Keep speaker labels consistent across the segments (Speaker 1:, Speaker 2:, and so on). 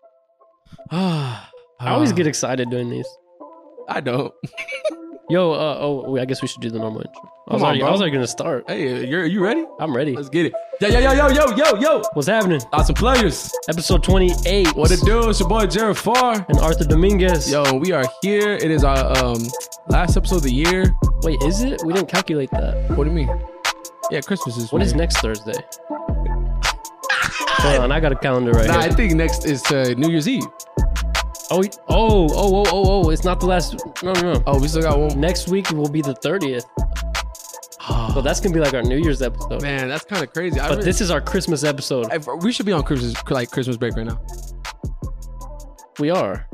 Speaker 1: I
Speaker 2: I always
Speaker 1: Uh,
Speaker 2: get excited doing these.
Speaker 1: I don't.
Speaker 2: Yo, uh, oh, wait, I guess we should do the normal intro. I
Speaker 1: Come
Speaker 2: was,
Speaker 1: on,
Speaker 2: already, I
Speaker 1: bro.
Speaker 2: was already gonna start.
Speaker 1: Hey, uh, you're you ready?
Speaker 2: I'm ready.
Speaker 1: Let's get it. Yo yo yo yo yo yo yo.
Speaker 2: What's happening?
Speaker 1: Awesome players.
Speaker 2: Episode 28.
Speaker 1: What it do? It's your boy Jared Farr.
Speaker 2: And Arthur Dominguez.
Speaker 1: Yo, we are here. It is our um last episode of the year.
Speaker 2: Wait, is it? We didn't calculate that.
Speaker 1: What do you mean? Yeah, Christmas is.
Speaker 2: What is
Speaker 1: here.
Speaker 2: next Thursday? Hold on, I got a calendar right
Speaker 1: Nah, I
Speaker 2: here.
Speaker 1: think next is uh, New Year's Eve.
Speaker 2: Oh, we- oh, oh, oh, oh, oh! It's not the last. No, no, no.
Speaker 1: Oh, we still got one.
Speaker 2: Next week will be the 30th. So that's gonna be like our New Year's episode.
Speaker 1: Man, that's kind of crazy. I
Speaker 2: But
Speaker 1: really-
Speaker 2: this is our Christmas episode.
Speaker 1: if- we should be on Christmas like Christmas break right now.
Speaker 2: We are.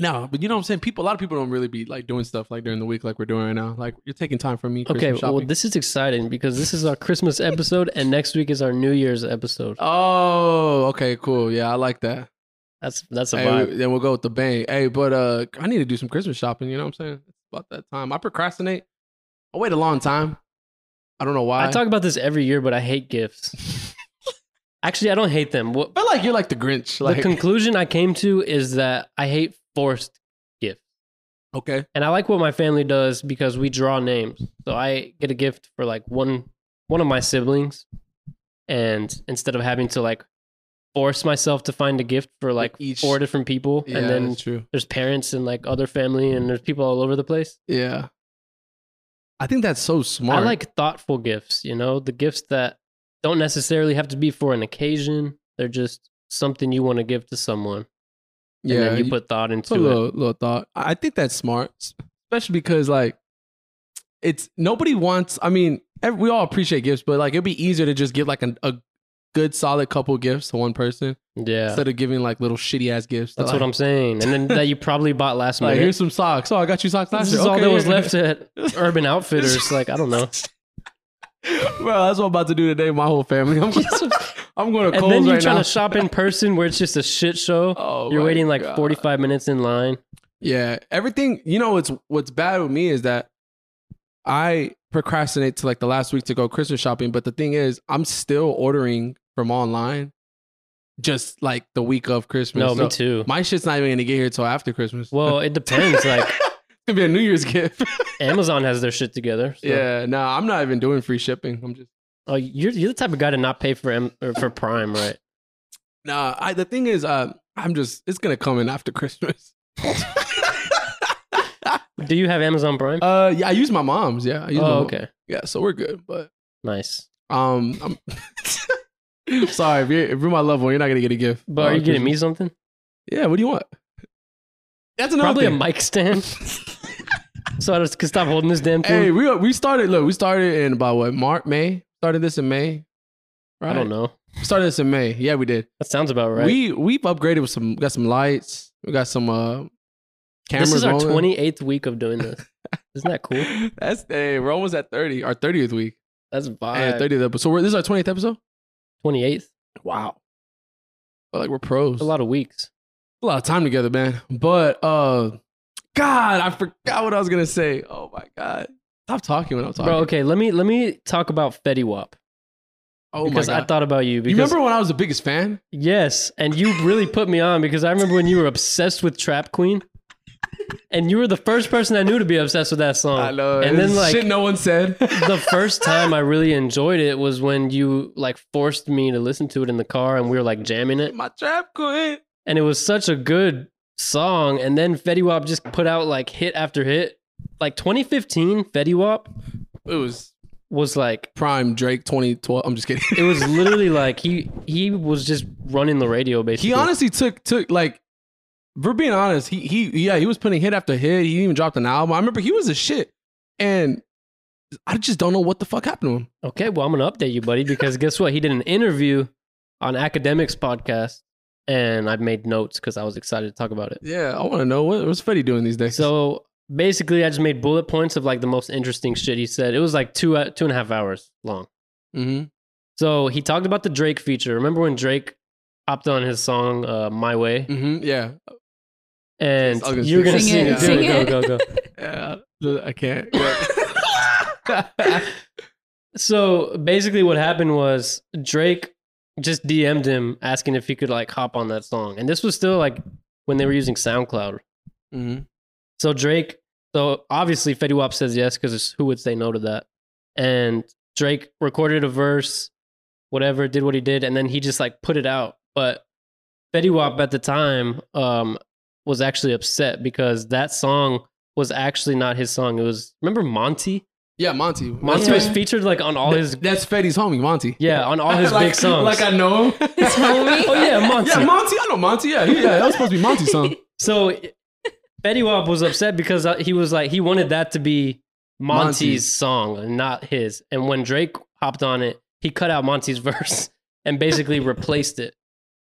Speaker 1: No, but you know what I'm saying. People, a lot of people don't really be like doing stuff like during the week, like we're doing right now. Like you're taking time from me.
Speaker 2: Okay,
Speaker 1: Christmas
Speaker 2: well,
Speaker 1: shopping.
Speaker 2: this is exciting because this is our Christmas episode, and next week is our New Year's episode.
Speaker 1: Oh, okay, cool. Yeah, I like that.
Speaker 2: That's that's a
Speaker 1: Hey,
Speaker 2: vibe.
Speaker 1: we- then we'll go with the bang. Hey, but uh, I need to do some Christmas shopping. You know what I'm saying? It's about that time. I procrastinate. I wait a long time. I don't know why.
Speaker 2: I talk about this every year, but I hate gifts. Actually, I don't hate them. What
Speaker 1: I feel like you're like the Grinch. Like
Speaker 2: the conclusion I came to is that I hate forced gifts,
Speaker 1: okay,
Speaker 2: and I like what my family does because we draw names. So I get a gift for like one one of my siblings, and instead of having to like force myself to find a gift for like
Speaker 1: each-
Speaker 2: four different people,
Speaker 1: yeah,
Speaker 2: and then
Speaker 1: that's true.
Speaker 2: there's parents and like other family, and there's people all over the place.
Speaker 1: Yeah, I think that's so smart.
Speaker 2: I like thoughtful gifts, you know, the gifts that don't necessarily have to be for an occasion. They're just something you want to give to someone.
Speaker 1: yeah.
Speaker 2: and then you
Speaker 1: you-
Speaker 2: put thought
Speaker 1: It's a
Speaker 2: into it.
Speaker 1: little, little thought. I I think that's smart, especially because like it's nobody wants. I mean, ev we all appreciate gifts, but like it'd be easier to just give like an, a good solid couple gifts to one person
Speaker 2: Yeah.
Speaker 1: instead of giving like little shitty ass gifts.
Speaker 2: That's what I'm saying. And then that you probably bought last
Speaker 1: Like, here's some
Speaker 2: minute.
Speaker 1: socks. Oh, I got you socks last
Speaker 2: This
Speaker 1: year.
Speaker 2: is all
Speaker 1: Okay,
Speaker 2: that was
Speaker 1: yeah.
Speaker 2: left at Urban Outfitters. Like, I don't know.
Speaker 1: Bro, that's what I'm about to do today. My whole family. I'm, I'm going to
Speaker 2: And then
Speaker 1: Kohl's
Speaker 2: you're
Speaker 1: right
Speaker 2: trying
Speaker 1: now.
Speaker 2: to shop in person where it's just a shit show.
Speaker 1: oh,
Speaker 2: you're
Speaker 1: my
Speaker 2: waiting like
Speaker 1: God.
Speaker 2: 45 minutes in line.
Speaker 1: Yeah, everything. You know what's what's bad with me is that I procrastinate to like the last week to go Christmas shopping. But the thing is, I'm still ordering from online, just like the week of Christmas.
Speaker 2: No,
Speaker 1: So
Speaker 2: me too.
Speaker 1: My shit's not even gonna get here till after Christmas.
Speaker 2: Well, it depends. Like,
Speaker 1: it's gonna be a New Year's gift.
Speaker 2: Amazon has their shit together. so-
Speaker 1: yeah, no, I'm not even doing free shipping. I'm just
Speaker 2: Oh, you're, you're the type of guy to not pay for, Am- or for Prime, right?
Speaker 1: nah. I, the thing is, uh, I'm just it's gonna come in after Christmas.
Speaker 2: Do you have Amazon Prime?
Speaker 1: uh, yeah, I use my mom's. Yeah, I use my
Speaker 2: oh,
Speaker 1: mom.
Speaker 2: okay.
Speaker 1: Yeah, so we're good, but.
Speaker 2: Nice.
Speaker 1: Um, I'm, I'm sorry if you're, if you're my loved one, you're not gonna get a gift.
Speaker 2: But are
Speaker 1: Uh,
Speaker 2: you getting me
Speaker 1: Christmas.
Speaker 2: something?
Speaker 1: Yeah. What do you want? That's another
Speaker 2: Probably a
Speaker 1: thing.
Speaker 2: mic stand. so I just can stop holding this damn thing.
Speaker 1: Hey, we we started. Look, we started in about what March, May. Started this in May. Right.
Speaker 2: I don't know.
Speaker 1: We Started this in May. Yeah, we did.
Speaker 2: That sounds about right.
Speaker 1: We we've upgraded with some. Got some lights. We got some uh cameras.
Speaker 2: this is our
Speaker 1: rolling.
Speaker 2: twenty eighth week of doing this. Isn't that cool?
Speaker 1: That's hey, we're almost at thirty. Our thirtieth week.
Speaker 2: That's
Speaker 1: And
Speaker 2: vibe.
Speaker 1: thirtieth episode. So we're, this is our twentieth episode.
Speaker 2: Twenty eighth.
Speaker 1: Wow. But like we're pros.
Speaker 2: A lot of weeks.
Speaker 1: a lot of time together, man. But uh God, I forgot what I was gonna say. Oh my god. Stop talking when I'm talking.
Speaker 2: Bro, okay, let me let me talk about Fetty Wap.
Speaker 1: oh my
Speaker 2: because
Speaker 1: god.
Speaker 2: I thought about you
Speaker 1: you
Speaker 2: because
Speaker 1: remember when I was the biggest fan?
Speaker 2: Yes, and you really put me on because I remember when you were obsessed with Trap Queen. And you were the first person I knew to be obsessed with that song.
Speaker 1: I know.
Speaker 2: Oh, And then like
Speaker 1: shit no one said.
Speaker 2: the first time I really enjoyed it was when you like forced me to listen to it in the car and we were like jamming it.
Speaker 1: my trap quit.
Speaker 2: And it was such a good song. And then Fetty Wap just put out like hit after hit. Like 2015, Fetty Wap
Speaker 1: It was
Speaker 2: was like
Speaker 1: prime Drake 2012. I'm just kidding.
Speaker 2: it was literally like he he was just running the radio basically.
Speaker 1: he honestly took took like if we're being honest, he he yeah, he was putting hit after hit. He even dropped an album. I remember he was a shit. And I just don't know what the fuck happened to him.
Speaker 2: Okay, well I'm gonna update you, buddy, because guess what? He did an interview on academics podcast and I made notes because I was excited to talk about it.
Speaker 1: Yeah, I want to know what what's Fetty doing these days.
Speaker 2: So basically, I just made bullet points of like the most interesting shit he said. It was like two uh, two and a half hours long.
Speaker 1: hmm
Speaker 2: So he talked about the Drake feature. Remember when Drake opted on his song uh, "My
Speaker 3: Mm.
Speaker 2: Way"?
Speaker 1: hmm yeah,
Speaker 2: And
Speaker 1: I'll go
Speaker 2: you're gonna
Speaker 3: Sing
Speaker 2: sing,
Speaker 3: it,
Speaker 2: it.
Speaker 3: sing
Speaker 2: Go, go,
Speaker 3: it.
Speaker 2: go, go.
Speaker 1: Yeah, I can't.
Speaker 2: So basically, what happened was Drake just DM'd him asking if he could like hop on that song. And this was still like when they were using SoundCloud.
Speaker 1: Mm-hmm.
Speaker 2: So Drake, so obviously Fetty Wap says yes because who would say no to that? And Drake recorded a verse, whatever, did what he did, and then he just like put it out. But Fetty Wap at the time um, was actually upset because that song was actually not his song. It was remember Monty.
Speaker 1: Yeah, Monty.
Speaker 2: Monty
Speaker 1: That's
Speaker 2: was
Speaker 1: Fetty-
Speaker 2: featured like on all his
Speaker 1: That's Fetty's homie, Monty.
Speaker 2: yeah on all his big songs.
Speaker 1: Like I know him.
Speaker 2: oh yeah, Monty.
Speaker 1: Yeah, Monty. I know Monty. Yeah, he- yeah. That was supposed to be Monty's song.
Speaker 2: So Fetty Wap was upset because uh, he was like he wanted that to be Monty's,
Speaker 1: Monty's.
Speaker 2: song and not his. And when Drake hopped on it, he cut out Monty's verse and basically replaced it.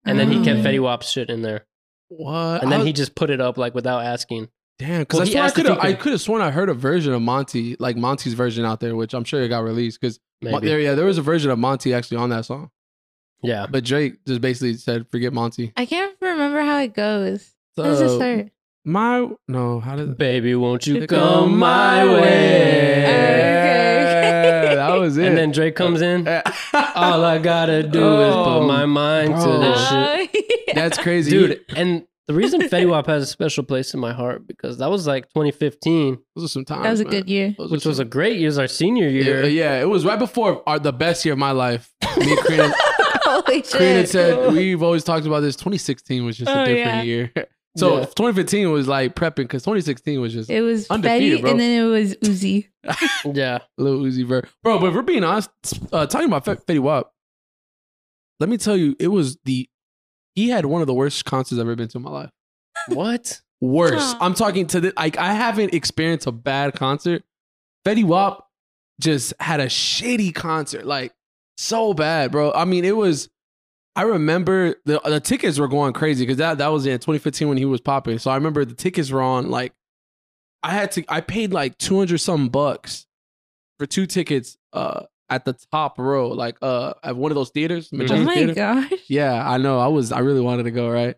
Speaker 2: And then he kept
Speaker 3: Oh.
Speaker 2: Fetty Wap's shit in there.
Speaker 1: What?
Speaker 2: And then
Speaker 1: I-
Speaker 2: he just put it up like without asking.
Speaker 1: Damn, because
Speaker 2: Well,
Speaker 1: I
Speaker 2: he
Speaker 1: swear I
Speaker 2: asked if
Speaker 1: could have
Speaker 2: he
Speaker 1: I
Speaker 2: could-
Speaker 1: could have sworn I heard a version of Monty, like Monty's version out there, which I'm sure it got released. Because
Speaker 2: Maybe.
Speaker 1: there, yeah, there was a version of Monty actually on that song.
Speaker 2: yeah.
Speaker 1: But Drake just basically said, "Forget Monty."
Speaker 3: I can't remember how it goes.
Speaker 1: So
Speaker 3: How does it start?
Speaker 1: my no, how did
Speaker 2: Baby, won't you
Speaker 1: It
Speaker 2: come my way?
Speaker 3: Okay.
Speaker 1: that was it. Oh,
Speaker 2: And then Drake comes in. All
Speaker 1: all
Speaker 2: I gotta do is
Speaker 1: Oh,
Speaker 2: put my mind to
Speaker 1: bro.
Speaker 2: this oh, shit.
Speaker 3: Ah.
Speaker 1: that's crazy,
Speaker 2: dude. And the reason Fetty Wap has a special place in my heart because that was like 2015,
Speaker 1: Those are some times.
Speaker 3: that was a
Speaker 1: man.
Speaker 3: good year.
Speaker 1: Those are
Speaker 2: which was a
Speaker 1: some-
Speaker 2: great year. It was our senior year.
Speaker 1: yeah, yeah, it was right before our, the best year of my life. Me and Kareem,
Speaker 3: Holy
Speaker 1: Kareem had
Speaker 3: shit.
Speaker 1: said we've always talked about this. 2016 was just a
Speaker 3: Oh,
Speaker 1: different
Speaker 3: yeah.
Speaker 1: year. So
Speaker 2: Yeah.
Speaker 1: 2015 was like prepping because 2016 was just
Speaker 3: It was
Speaker 1: Undefeated,
Speaker 3: Fetty
Speaker 1: bro.
Speaker 3: and then it was Uzi.
Speaker 2: Yeah.
Speaker 1: Lil Uzi Vert. Bro, but if we're being honest, uh, talking about Fet- Fetty Wap, let me tell you, it was the, he had one of the worst concerts I've ever been to in my life.
Speaker 2: What?
Speaker 1: Worse.
Speaker 3: Aw.
Speaker 1: I'm talking to the, like, I haven't experienced a bad concert. Fetty Wap just had a shitty concert, like, so bad, bro. I mean, it was, I remember the, the tickets were going crazy because that, that was in 2015 when he was popping. So I remember the tickets were on, like, I had to, I paid like 200 something bucks for two tickets uh at the top row, like uh at one of those theaters,
Speaker 3: Oh
Speaker 1: Magellan
Speaker 3: my
Speaker 1: Theater.
Speaker 3: gosh.
Speaker 1: Yeah, I know. I was I really wanted to go, right?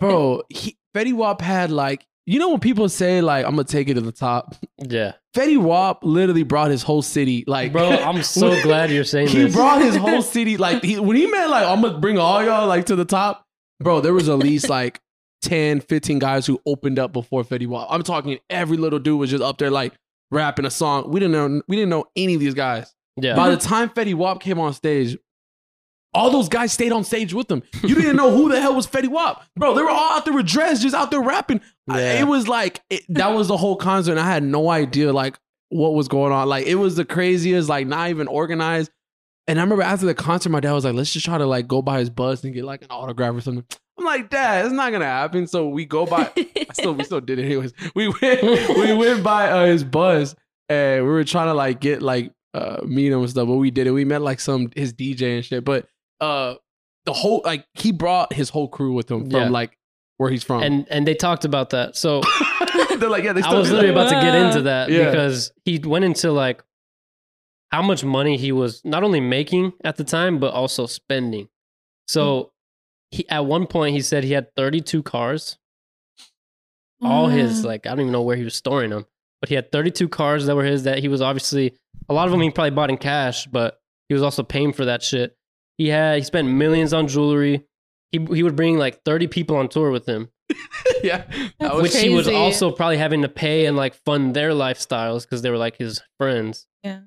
Speaker 1: Bro, he, Fetty Wap had like you know when people say like I'm gonna take it to the top.
Speaker 2: Yeah.
Speaker 1: Fetty Wap literally brought his whole city like
Speaker 2: Bro, I'm so glad you're saying
Speaker 1: he
Speaker 2: this.
Speaker 1: brought his whole city like he, when he meant like I'm gonna bring all y'all like to the top, bro. There was at least like 10, 15 guys who opened up before Fetty Wap. I'm talking every little dude was just up there like rapping a song. We didn't know we didn't know any of these guys.
Speaker 2: yeah.
Speaker 1: By the time Fetty Wap came on stage, all those guys stayed on stage with him. You didn't know who the hell was Fetty Wap, bro. They were all out there with dreads, just out there rapping. I-
Speaker 2: Yeah.
Speaker 1: it was like it, that was the whole concert, and I had no idea like what was going on. Like it was the craziest, like not even organized. And I remember after the concert, my dad was like, "Let's just try to like go by his bus and get like an autograph or something." I'm like, "Dad, it's not gonna happen." So we go by. I still we still did it anyways. We went we went by uh, his bus and we were trying to like get like uh meet him and stuff, but we did it. We met like some his DJ and shit. But uh the whole like he brought his whole crew with him from
Speaker 2: Yeah.
Speaker 1: like where he's from.
Speaker 2: and and they talked about that. So
Speaker 1: they're like, yeah, they
Speaker 2: I
Speaker 1: still
Speaker 2: was
Speaker 1: do
Speaker 2: literally
Speaker 1: that.
Speaker 2: about to get into that
Speaker 1: Yeah.
Speaker 2: because he went into like how much money he was not only making at the time but also spending. So he at one point he said he had 32 cars. all
Speaker 3: Mm.
Speaker 2: his like I don't even know where he was storing them, but he had 32 cars that were his that he was obviously a lot of them he probably bought in cash, but he was also paying for that shit. He had he spent millions on jewelry. He he would bring like 30 people on tour with him,
Speaker 1: yeah. That
Speaker 3: That's
Speaker 1: was
Speaker 2: which he was
Speaker 3: Crazy.
Speaker 2: also probably having to pay and like fund their lifestyles because they were like his friends.
Speaker 3: Yeah.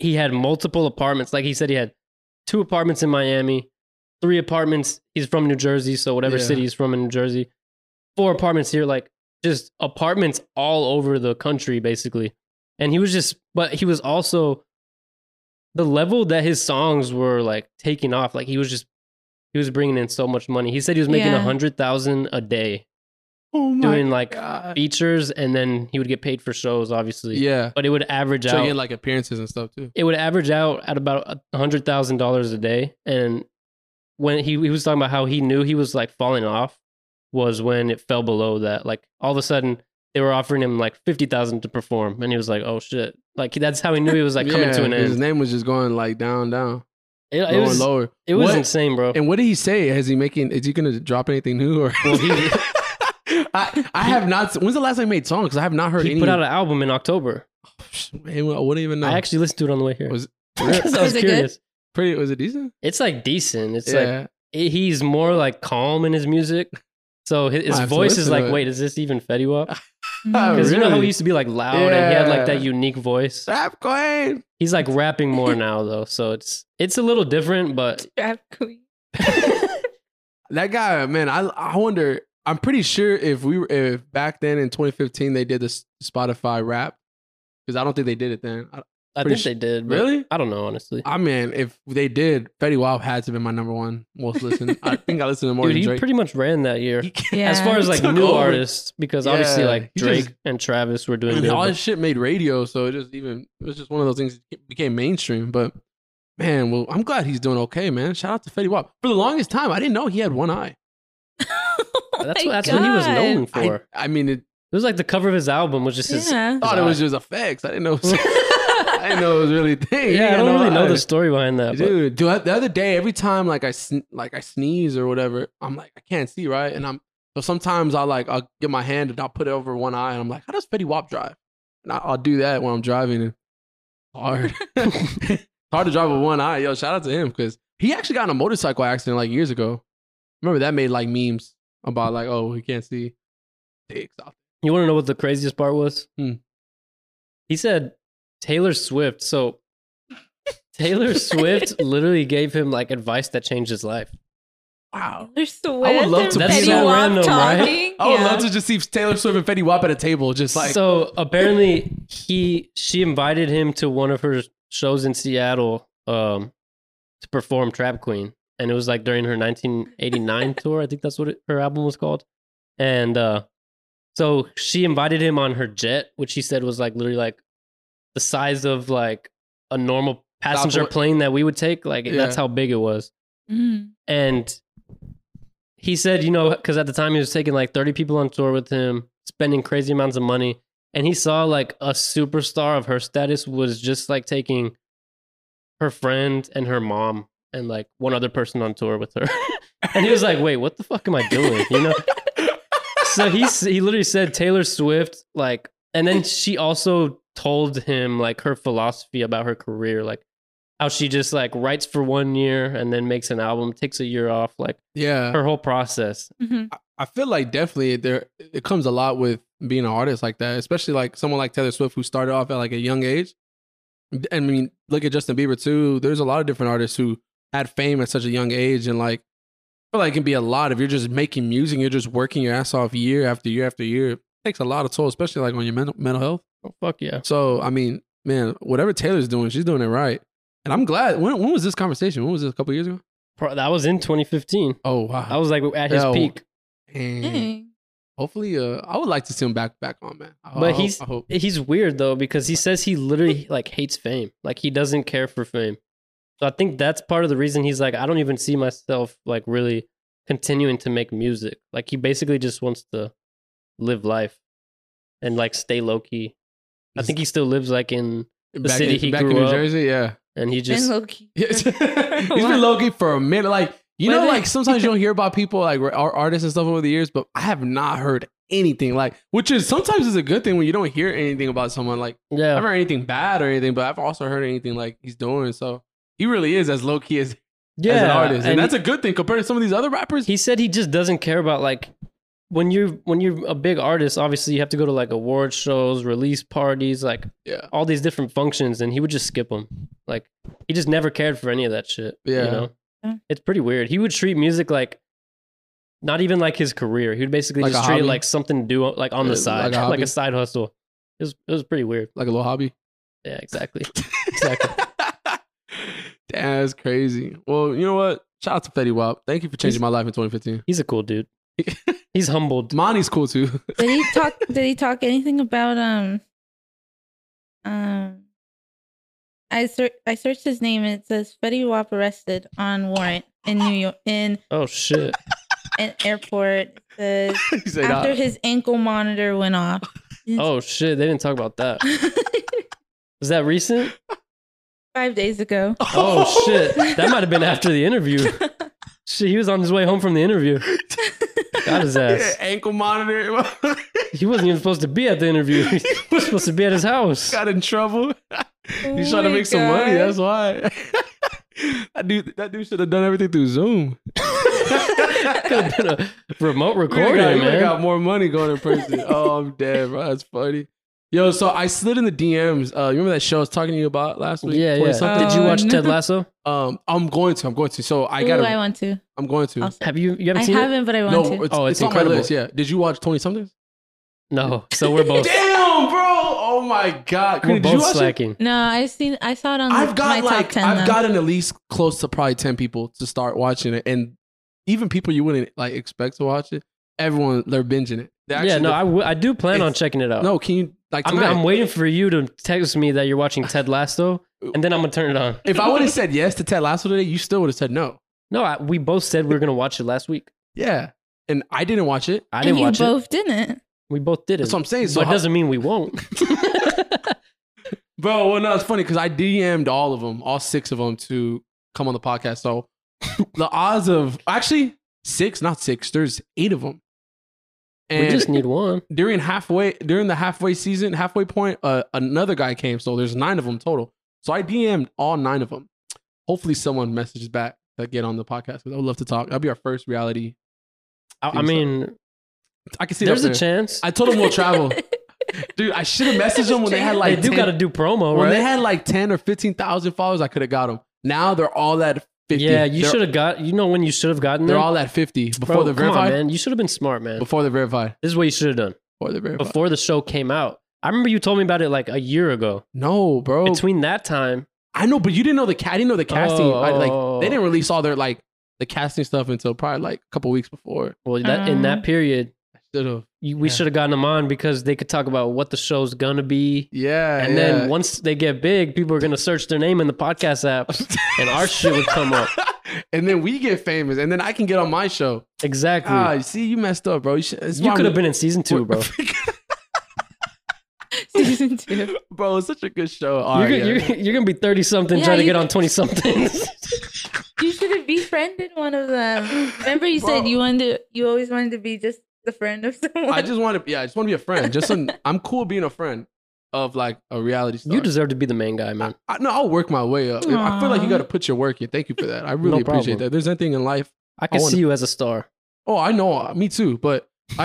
Speaker 2: He had multiple apartments. Like he said, he had two apartments in Miami, three apartments. He's from New Jersey, so whatever
Speaker 1: Yeah.
Speaker 2: city he's from in New Jersey, four apartments here, like just apartments all over the country, basically. And he was just, but he was also the level that his songs were like taking off. Like he was just, he was bringing in so much money. He said he was making a
Speaker 3: Yeah.
Speaker 2: hundred thousand a day
Speaker 1: oh my
Speaker 2: doing like
Speaker 1: God.
Speaker 2: features, and then he would get paid for shows, obviously.
Speaker 1: Yeah.
Speaker 2: But it would average
Speaker 1: So
Speaker 2: out
Speaker 1: he had like appearances and stuff too.
Speaker 2: it would average out at about a hundred thousand dollars a day. And when he, he was talking about how he knew he was like falling off was when it fell below that. Like all of a sudden they were offering him like fifty thousand to perform, and he was like, "Oh shit!" Like that's how he knew he was like coming
Speaker 1: Yeah,
Speaker 2: to an
Speaker 1: His
Speaker 2: end.
Speaker 1: name was just going like down, down,
Speaker 2: It, it
Speaker 1: lower,
Speaker 2: was
Speaker 1: lower.
Speaker 2: it was
Speaker 1: What-
Speaker 2: insane, bro.
Speaker 1: And what did he say? Is he making? Is he going to drop anything new? Or
Speaker 2: Well, he-
Speaker 1: I, I have not. When's the last time he made songs? I have not heard
Speaker 2: he
Speaker 1: any.
Speaker 2: put out an album in October.
Speaker 1: I wouldn't even know.
Speaker 2: I actually listened to it on the way here
Speaker 1: Was-
Speaker 2: because I was
Speaker 3: Was it good?
Speaker 2: curious.
Speaker 1: Pretty was it decent?
Speaker 2: It's like decent. It's like
Speaker 1: yeah.
Speaker 2: it- he's more like calm in his music. So his, his
Speaker 1: Might have to
Speaker 2: voice
Speaker 1: listen
Speaker 2: is
Speaker 1: to
Speaker 2: like,
Speaker 1: it.
Speaker 2: wait, is this even Fetty Wap?
Speaker 3: Mm.
Speaker 1: Oh,
Speaker 2: Because you know how
Speaker 1: really?
Speaker 2: he used to be like loud and he had like that
Speaker 1: Yeah.
Speaker 2: unique voice.
Speaker 1: Rap Queen.
Speaker 2: He's like rapping more now though, so it's it's a little different, but
Speaker 3: Rap queen.
Speaker 1: That guy, man, I I wonder. I'm pretty sure if we were if back then in 2015 they did this Spotify rap because I don't think they did it then. I,
Speaker 2: I
Speaker 1: Pretty
Speaker 2: think
Speaker 1: sh-
Speaker 2: they did. but
Speaker 1: Really?
Speaker 2: I don't know honestly.
Speaker 1: I mean, if they did, Fetty Wap had to be my number one most listened. I think I listened to more
Speaker 2: Dude,
Speaker 1: than
Speaker 2: he
Speaker 1: Drake.
Speaker 2: pretty much ran that year.
Speaker 3: Yeah.
Speaker 2: As far as like
Speaker 1: Took
Speaker 2: new
Speaker 1: over.
Speaker 2: artists, because obviously
Speaker 1: Yeah,
Speaker 2: like
Speaker 1: he
Speaker 2: Drake
Speaker 1: just- Oh
Speaker 2: and Travis were doing
Speaker 1: and
Speaker 2: good.
Speaker 1: all
Speaker 2: but-
Speaker 1: this shit made radio, so it just even it was just one of those things that became mainstream. But man, well, I'm glad he's doing okay, man. Shout out to Fetty Wap. For the longest time, I didn't know he had one eye.
Speaker 3: Oh
Speaker 2: That's
Speaker 3: my
Speaker 2: what that's what he was
Speaker 3: God.
Speaker 2: known for.
Speaker 1: I,
Speaker 2: it
Speaker 1: I mean, it
Speaker 2: was like the cover of his album was just his.
Speaker 3: Yeah.
Speaker 1: thought it was just effects. I didn't know. It was, I didn't know it was really a thing.
Speaker 2: Yeah, I
Speaker 1: He
Speaker 2: don't
Speaker 1: had no
Speaker 2: really know
Speaker 1: eye.
Speaker 2: the story behind that. but-
Speaker 1: dude. Do I, the other day, every time like I sn- like I sneeze or whatever, I'm like I can't see right, and I'm so sometimes I will like I'll get my hand and I'll put it over one eye, and I'm like, how does Fetty Wap drive? And I, I'll do that when I'm driving, and it's hard, It's hard to drive with one eye. Yo, shout out to him because he actually got in a motorcycle accident like years ago. Remember that made like memes about like oh he can't see. Dicks off.
Speaker 2: You want to know what the craziest part was?
Speaker 1: Hmm.
Speaker 2: He said Taylor Swift. So Taylor Swift literally gave him like advice that changed his life. Oh.
Speaker 1: Wow.
Speaker 3: There's the
Speaker 1: would
Speaker 3: way
Speaker 1: love
Speaker 3: that
Speaker 1: to
Speaker 3: they're
Speaker 1: be
Speaker 3: Fetty
Speaker 1: so
Speaker 3: Wap
Speaker 2: random, right?
Speaker 3: talking.
Speaker 1: I would
Speaker 3: Yeah.
Speaker 1: love to just see Taylor Swift and Fetty Wap at a table, just like
Speaker 2: so apparently he she invited him to one of her shows in Seattle um to perform Trap Queen. And it was like during her 1989 tour, I think that's what it, her album was called. And uh so she invited him on her jet, which he said was like literally like the size of like a normal passenger
Speaker 1: Southwest-
Speaker 2: plane that we would take. Like
Speaker 1: Yeah.
Speaker 2: that's how big it was.
Speaker 3: Mm.
Speaker 2: And he said, you know, because at the time he was taking like 30 people on tour with him, spending crazy amounts of money. And he saw like a superstar of her status was just like taking her friend and her mom and like one other person on tour with her. and he was like, wait, what the fuck am I doing? You know? so he, s- he literally said Taylor Swift, like, and then she also told him like her philosophy about her career, like how she just like writes for one year and then makes an album, takes a year off, like
Speaker 1: yeah.
Speaker 2: her whole process.
Speaker 3: Mhm.
Speaker 1: I feel like definitely there it comes a lot with being an artist like that, especially like someone like Taylor Swift who started off at like a young age. I mean, look at Justin Bieber too. There's a lot of different artists who had fame at such a young age, and like I feel like it can be a lot if you're just making music, you're just working your ass off year after year after year. It takes a lot of toll, especially like on your mental mental health.
Speaker 2: Oh fuck yeah!
Speaker 1: So I mean, man, whatever Taylor's doing, she's doing it right, and I'm glad. When when was this conversation? When was this? A couple years ago?
Speaker 2: Pro- that was in 2015.
Speaker 1: Oh wow,
Speaker 2: I was like at his
Speaker 1: Yo.
Speaker 2: peak.
Speaker 1: And
Speaker 3: Dang.
Speaker 1: hopefully, uh, I would like to see him back back on, man. I- I
Speaker 2: But
Speaker 1: hope-
Speaker 2: he's
Speaker 1: I hope.
Speaker 2: he's weird though because he says he literally like hates fame. Like he doesn't care for fame. So I think that's part of the reason he's like I don't even see myself like really continuing to make music. Like he basically just wants to live life and like stay low key. I
Speaker 1: Is-
Speaker 2: think he still lives like in
Speaker 1: the
Speaker 2: city
Speaker 1: in,
Speaker 2: he
Speaker 1: back
Speaker 2: grew
Speaker 1: in New
Speaker 2: up.
Speaker 1: Jersey, yeah.
Speaker 2: and he
Speaker 3: Been
Speaker 2: just
Speaker 3: low key.
Speaker 1: Yes. He's been low key for a minute. Like, you
Speaker 2: But
Speaker 1: know,
Speaker 2: then-
Speaker 1: like sometimes you don't hear about people like our artists and stuff over the years, but I have not heard anything like, which is sometimes is a good thing when you don't hear anything about someone. Like, I
Speaker 2: yeah.
Speaker 1: haven't heard anything bad or anything, but I've also heard anything like he's doing. So he really is as low key as,
Speaker 2: Yeah,
Speaker 1: as an artist. And,
Speaker 2: and
Speaker 1: that's a good thing compared to some of these other rappers.
Speaker 2: he said he just doesn't care about like when you're when you're a big artist obviously you have to go to like award shows release parties like
Speaker 1: yeah.
Speaker 2: all these different functions and he would just skip them like he just never cared for any of that shit
Speaker 1: Yeah.
Speaker 2: you know
Speaker 3: Yeah.
Speaker 2: it's pretty weird he would treat music like not even like his career he would basically
Speaker 1: Like
Speaker 2: just
Speaker 1: a
Speaker 2: treat it
Speaker 1: hobby?
Speaker 2: like something to do like on
Speaker 1: Yeah,
Speaker 2: the
Speaker 1: like
Speaker 2: side
Speaker 1: a
Speaker 2: like a,
Speaker 1: hobby?
Speaker 2: side hustle it was, it was pretty weird
Speaker 1: Like a little hobby.
Speaker 2: yeah exactly exactly
Speaker 1: Damn, that's crazy. Well, you know what? Shout out to Fetty Wap. Thank you for changing my life in 2015.
Speaker 2: he's a cool dude he's humbled
Speaker 1: Monty's cool too.
Speaker 3: Did he talk? Did he talk anything about um, um? I ser- I searched his name and it says Fetty Wap arrested on warrant in New York in
Speaker 2: oh shit
Speaker 3: an airport. It says
Speaker 1: He said,
Speaker 3: after
Speaker 1: "Nah."
Speaker 3: his ankle monitor went off.
Speaker 2: oh shit they didn't talk about that was that recent
Speaker 3: Five days ago.
Speaker 1: "Ah."
Speaker 2: Oh shit. That might have been after the interview. Shit, he was on his way home from the interview. Got his
Speaker 1: Yeah,
Speaker 2: ass.
Speaker 1: ankle monitor.
Speaker 2: He wasn't even supposed to be at the interview. He was supposed to be at his house.
Speaker 1: Got in trouble.
Speaker 3: Oh
Speaker 1: He's trying to
Speaker 3: my
Speaker 1: make some money.
Speaker 3: God.
Speaker 1: That's why. That dude, that dude should have done everything through Zoom.
Speaker 2: Could have been a remote
Speaker 1: Recording,
Speaker 2: recording,
Speaker 1: got, you
Speaker 2: man.
Speaker 1: got more money going in person. oh, I'm dead, bro. That's funny. Yo, so I slid in the DMs. Uh, you remember that show I was talking to you about last week?
Speaker 2: yeah,
Speaker 1: 20
Speaker 2: yeah.
Speaker 1: something?
Speaker 2: Did you
Speaker 3: Oh,
Speaker 2: watch
Speaker 3: no.
Speaker 2: Ted Lasso?
Speaker 1: Um, I'm going to. I'm going to. So I
Speaker 3: Ooh,
Speaker 1: gotta.
Speaker 3: I want to.
Speaker 1: I'm going to.
Speaker 3: I'll-
Speaker 2: Have you? You haven't
Speaker 3: I
Speaker 2: seen
Speaker 3: haven't, but I want
Speaker 1: no,
Speaker 3: to.
Speaker 1: it's,
Speaker 2: Oh,
Speaker 1: it's,
Speaker 2: it's
Speaker 1: on my
Speaker 2: incredible.
Speaker 1: list. Yeah. Did you watch Twenty Somethings?
Speaker 2: it? No. So we're both
Speaker 1: Damn, bro. Oh my god.
Speaker 2: Oh. we're
Speaker 1: Did you
Speaker 2: both
Speaker 1: watch it?
Speaker 2: slacking.
Speaker 3: No, I've seen. I saw it on
Speaker 1: I've
Speaker 3: the, my
Speaker 1: got like
Speaker 3: top ten.
Speaker 1: I've
Speaker 3: though.
Speaker 1: gotten at least close to probably ten people to start watching it, and even people you wouldn't like expect to watch it. Everyone they're binging it. They
Speaker 2: yeah,
Speaker 1: actually-
Speaker 2: no, I, w- I do plan on
Speaker 1: It's-
Speaker 2: checking it out.
Speaker 1: no. Can you like
Speaker 2: I'm,
Speaker 1: tonight?
Speaker 2: I'm waiting for you to text me that you're watching Ted Lasso, and then I'm gonna turn it on.
Speaker 1: if I would have said yes to Ted Lasso today, you still would have said no.
Speaker 2: No, I, we both said we were gonna watch it last week.
Speaker 1: Yeah, and I didn't watch it.
Speaker 2: I
Speaker 3: and
Speaker 2: didn't
Speaker 3: you
Speaker 2: watch it.
Speaker 3: both didn't.
Speaker 2: We both did it.
Speaker 1: That's what I'm saying. So
Speaker 2: but it
Speaker 1: how-
Speaker 2: doesn't mean we won't.
Speaker 1: Bro, well, no, it's funny because I DM'd all of them, all six of them, to come on the podcast. So the odds of actually six, not six, there's eight of them.
Speaker 2: we
Speaker 1: And
Speaker 2: just need one.
Speaker 1: during halfway, during the halfway season, halfway point, uh, another guy came. So there's nine of them total. So I DM'd all nine of them. Hopefully, someone messages back to get on the podcast because I would love to talk. That'll be our first reality.
Speaker 2: I, I
Speaker 1: Seems so.
Speaker 2: mean,
Speaker 1: I can see
Speaker 2: there's
Speaker 1: that.
Speaker 2: a chance.
Speaker 1: I told them we'll travel, dude. I should have messaged them when they had like
Speaker 2: they do
Speaker 1: 10
Speaker 2: gotta do promo,
Speaker 1: When
Speaker 2: right?
Speaker 1: they had like 10 or 15,000 followers, I could have got them. Now they're all at 50.
Speaker 2: yeah, you
Speaker 1: They're-
Speaker 2: should have got. You know when you should have gotten
Speaker 1: They're
Speaker 2: them?
Speaker 1: all at 50 before
Speaker 2: Bro,
Speaker 1: they're
Speaker 2: come on,
Speaker 1: verified.
Speaker 2: man. You should have been smart, man.
Speaker 1: before they're verified.
Speaker 2: This is what you should have done
Speaker 1: Before they're verified.
Speaker 2: before the show came out. I remember you told me about it like a year ago.
Speaker 1: no, bro.
Speaker 2: Between that time,
Speaker 1: I know, but you didn't know the cat. I didn't know the casting. I,
Speaker 2: Oh.
Speaker 1: like they didn't release all their like the casting stuff until probably like a couple weeks before.
Speaker 2: well, that in that
Speaker 3: Um.
Speaker 2: period,
Speaker 1: I should have.
Speaker 2: you, we
Speaker 1: Yeah.
Speaker 2: should have gotten them on because they could talk about what the show's gonna be.
Speaker 1: Yeah.
Speaker 2: And then once they get big, people are gonna search their name in the podcast app, and our shit would come up.
Speaker 1: and then we get famous, and then I can get on my show.
Speaker 2: Exactly.
Speaker 1: Ah, you see, you messed up, bro. You, should- it's
Speaker 2: you
Speaker 1: why
Speaker 2: could have
Speaker 1: we-
Speaker 2: been in season two, bro.
Speaker 3: Season two.
Speaker 1: bro, it's such a good show. All
Speaker 2: You're,
Speaker 1: right,
Speaker 2: gonna,
Speaker 1: yeah.
Speaker 2: you're, you're gonna be thirty something
Speaker 3: Yeah,
Speaker 2: trying to
Speaker 3: you
Speaker 2: get
Speaker 3: could-
Speaker 2: on twenty somethings.
Speaker 3: You should have befriended one of them. Remember, you said
Speaker 1: Bro.
Speaker 3: you wanted to. You always wanted to be just the friend of someone.
Speaker 1: I just want to, yeah, I just want to be a friend. Just an, I'm cool being a friend of like a reality star.
Speaker 2: you deserve to be the main guy, man.
Speaker 1: I, no, I'll work my way up. I feel like you
Speaker 3: Aw.
Speaker 1: got to put your work in. Thank you for that. I really
Speaker 2: No
Speaker 1: appreciate
Speaker 2: problem.
Speaker 1: that. If there's anything in life,
Speaker 2: I can
Speaker 1: wanna-
Speaker 2: see you as a star.
Speaker 1: oh, I know, me too. But I,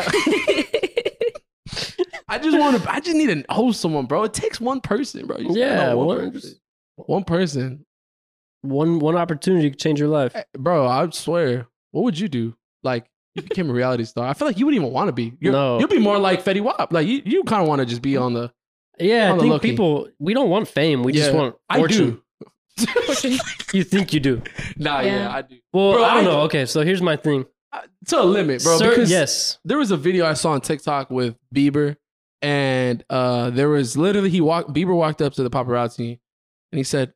Speaker 1: I just want to, I just need to host someone, bro. It takes one person, bro. You just gotta
Speaker 2: Yeah,
Speaker 1: know
Speaker 2: one,
Speaker 1: person. one person,
Speaker 2: one one opportunity could change your life.
Speaker 1: Eh, bro. I swear, what would you do? Like, you became a reality star. I feel like you wouldn't even want to be. You're,
Speaker 2: No. Mm.
Speaker 1: you'll be more like Fetty Wap. Like, you, you kind of want to just be on the.
Speaker 2: Yeah,
Speaker 1: On
Speaker 2: I
Speaker 1: the
Speaker 2: think
Speaker 1: low-key.
Speaker 2: people we don't want fame. We just
Speaker 1: Yeah,
Speaker 2: want
Speaker 1: I
Speaker 2: fortune.
Speaker 1: do.
Speaker 2: You think you do?
Speaker 1: Nah, yeah,
Speaker 3: Yeah.
Speaker 1: I do.
Speaker 2: Well,
Speaker 1: Bro,
Speaker 2: I don't
Speaker 1: I-
Speaker 2: know. Okay, so here's my thing.
Speaker 1: Uh, to a limit, bro.
Speaker 2: Cer-
Speaker 1: because
Speaker 2: yes,
Speaker 1: there was a video I saw on TikTok with Bieber, and uh, there was literally he walked. Bieber walked up to the paparazzi, and he said,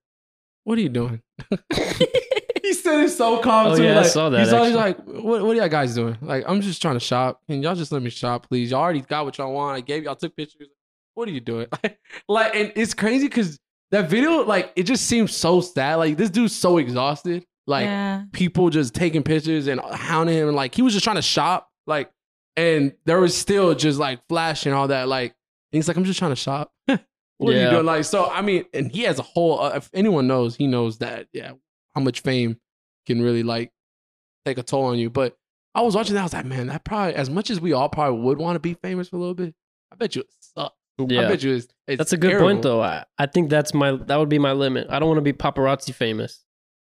Speaker 1: "What are you doing?" he said it so calm.
Speaker 2: Oh,
Speaker 1: too,
Speaker 2: yeah, I
Speaker 1: like,
Speaker 2: saw that,
Speaker 1: He's always
Speaker 2: actually.
Speaker 1: like, "What, what are y'all guys doing? Like, I'm just trying to shop. Can y'all just let me shop, please? Y'all already got what y'all want. I gave y'all took pictures. What are you doing?" like, and it's crazy because that video, like, it just seems so sad. Like, this dude's so exhausted. Like,
Speaker 3: yeah.
Speaker 1: people just taking pictures and hounding him. Like he was just trying to shop. Like, and there was still just like flash and all that. Like, and he's like, I'm just trying to shop. what are you
Speaker 2: Yeah.
Speaker 1: doing? Like, so I mean, and he has a whole. Uh, if anyone knows, he knows that. Yeah, how much fame can really like take a toll on you. But I was watching that. I was like, man, that probably as much as we all probably would want to be famous for a little bit. I bet you it sucks. I
Speaker 2: yeah.
Speaker 1: bet you it's, it's
Speaker 2: That's a good
Speaker 1: terrible.
Speaker 2: point, though. I, I think that's my that would be my limit. I don't want to be paparazzi famous.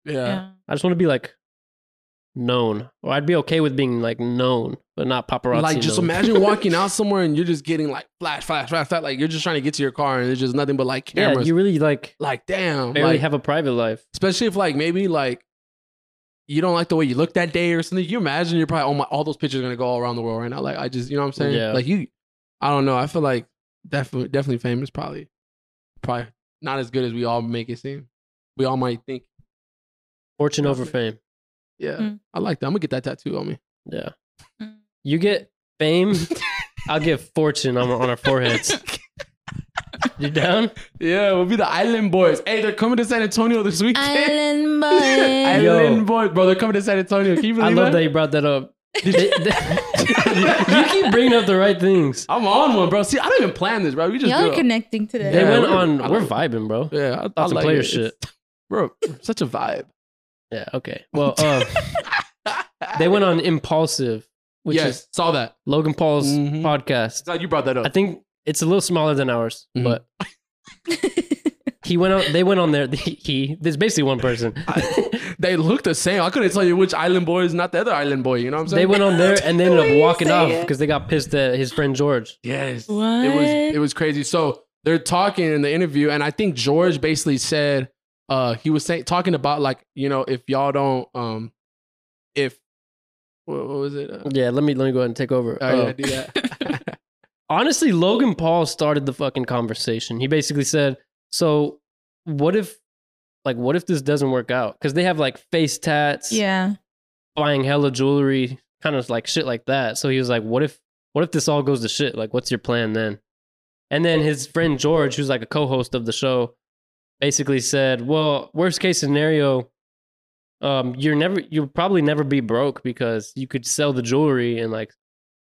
Speaker 1: Yeah.
Speaker 3: yeah.
Speaker 2: I just want to be like known, or I'd be okay with being like known, but not paparazzi.
Speaker 1: Like just
Speaker 2: known.
Speaker 1: imagine walking out somewhere and you're just getting like flash, flash, flash, flash. Like you're just trying to get to your car and there's just nothing but like
Speaker 2: Yeah,
Speaker 1: cameras.
Speaker 2: you really like
Speaker 1: like damn,
Speaker 2: barely
Speaker 1: like,
Speaker 2: have a private life.
Speaker 1: especially if like maybe like you don't like the way you look that day or something. You imagine you're probably oh my, all those pictures are gonna go all around the world right now. Like I just you know what I'm saying?
Speaker 2: Yeah.
Speaker 1: Like you, I don't know. I feel like definitely definitely famous probably probably not as good as we all make it seem. We all might think.
Speaker 2: Fortune over fame.
Speaker 1: Yeah,
Speaker 3: Mm.
Speaker 1: I like that. I'm gonna get that tattoo on me.
Speaker 2: Yeah.
Speaker 3: Mm.
Speaker 2: You get fame, I'll get fortune on, on our foreheads. You down?
Speaker 1: yeah, we'll be the Island Boys. Hey, they're coming to San Antonio this weekend.
Speaker 3: Island boy.
Speaker 1: Island boy, bro, they're coming to San Antonio. Can you
Speaker 2: I
Speaker 1: believe
Speaker 2: love that
Speaker 1: that?
Speaker 2: you brought that up. They- they- you keep bringing up the right things.
Speaker 1: I'm on one, bro. See, I don't even plan this, bro. We just
Speaker 3: Y'all
Speaker 1: do
Speaker 3: are
Speaker 1: it.
Speaker 3: connecting
Speaker 1: Yeah,
Speaker 3: today.
Speaker 2: they went
Speaker 1: we're-
Speaker 2: on.
Speaker 1: I
Speaker 2: We're
Speaker 1: like-
Speaker 2: vibing, bro.
Speaker 1: Yeah, I, I
Speaker 2: Lots of
Speaker 1: like
Speaker 2: player
Speaker 1: it.
Speaker 2: shit.
Speaker 1: It's- bro. Such a vibe.
Speaker 2: Yeah. Okay. Well, um, they went on impulsive, which
Speaker 1: yes,
Speaker 2: is
Speaker 1: saw that.
Speaker 2: Logan Paul's
Speaker 1: Mhm.
Speaker 2: podcast.
Speaker 1: Glad you brought that up.
Speaker 2: I think it's a little smaller than ours,
Speaker 1: Mhm.
Speaker 2: but he went on. They went on there. He. There's basically one person.
Speaker 1: I- they look the same. I couldn't tell you which island boy is not the other island boy. You know what I'm
Speaker 2: They
Speaker 1: saying?
Speaker 2: went on there and they
Speaker 3: The
Speaker 2: ended
Speaker 3: way
Speaker 2: up
Speaker 3: you
Speaker 2: walking
Speaker 3: say
Speaker 2: off
Speaker 3: it.
Speaker 2: because they got pissed at his friend George.
Speaker 1: yes.
Speaker 3: What?
Speaker 1: It was it was crazy. So they're talking in the interview, and I think George basically said uh he was saying talking about like you know if y'all don't um if what, what was it? Uh,
Speaker 2: Yeah. Let me let me go ahead and take over.
Speaker 1: oh,
Speaker 2: Uh,
Speaker 1: yeah, do that.
Speaker 2: honestly, Logan Paul started the fucking conversation. He basically said, "So, what if, like, what if this doesn't work out? Because they have like face tats,
Speaker 3: yeah.
Speaker 2: buying hella jewelry, kind of like shit like that." So he was like, "What if, what if this all goes to shit? Like, what's your plan then?" And then his friend George, who's like a co-host of the show, basically said, "Well, worst case scenario." Um, you're never, you'll probably never be broke because you could sell the jewelry and like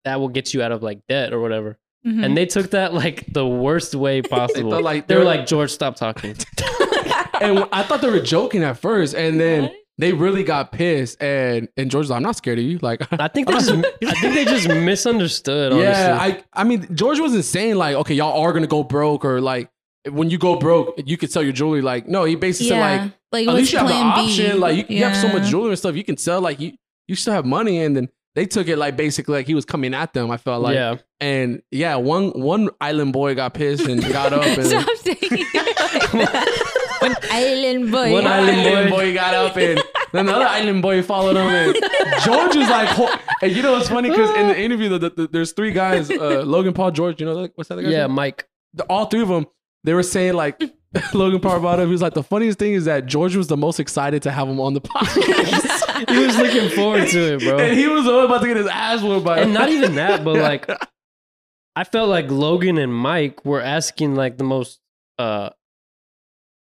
Speaker 2: that will get you out of like debt or whatever
Speaker 3: Mhm.
Speaker 2: and they took that like the worst way
Speaker 1: Hmm. they
Speaker 2: possible.
Speaker 1: thought
Speaker 2: they,
Speaker 1: like
Speaker 2: were like, George, stop talking.
Speaker 1: and I thought they were joking at first, and then
Speaker 3: What?
Speaker 1: they really got pissed. And and George's like, I'm not scared of you. Like,
Speaker 2: I think they just, I think they just misunderstood. Honestly.
Speaker 1: yeah, I I mean George wasn't saying like, okay, y'all are gonna go broke or like when you go broke, you could sell your jewelry. Like, no, he basically said like.
Speaker 3: like
Speaker 1: at least you have the
Speaker 3: plan B?
Speaker 1: option. Like you, you have so much
Speaker 3: Yeah.
Speaker 1: jewelry and stuff you can sell. Like you, you still have money. And then they took it like basically like he was coming at them. I felt like,
Speaker 2: yeah.
Speaker 1: and yeah, one one island boy got pissed and got up, and
Speaker 3: Stop saying it like that. One island boy.
Speaker 2: One
Speaker 1: one
Speaker 2: island
Speaker 1: island
Speaker 2: boy.
Speaker 1: boy got up, and then the other island boy followed him. And George was like, ho- and you know what's funny because in the interview, the, the, the- there's three guys: uh, Logan Paul, George. You know like, what's that? Guy's
Speaker 2: yeah,
Speaker 1: name?
Speaker 2: Mike.
Speaker 1: The- all three of them. They were saying like. Logan Paul brought up. He was like, the funniest thing is that George was the most excited to have him on the podcast.
Speaker 2: He was looking forward to it,
Speaker 1: And
Speaker 2: bro.
Speaker 1: he was all about to get his ass whipped by
Speaker 2: And not even that, but like, I felt like Logan and Mike were asking like the most, uh,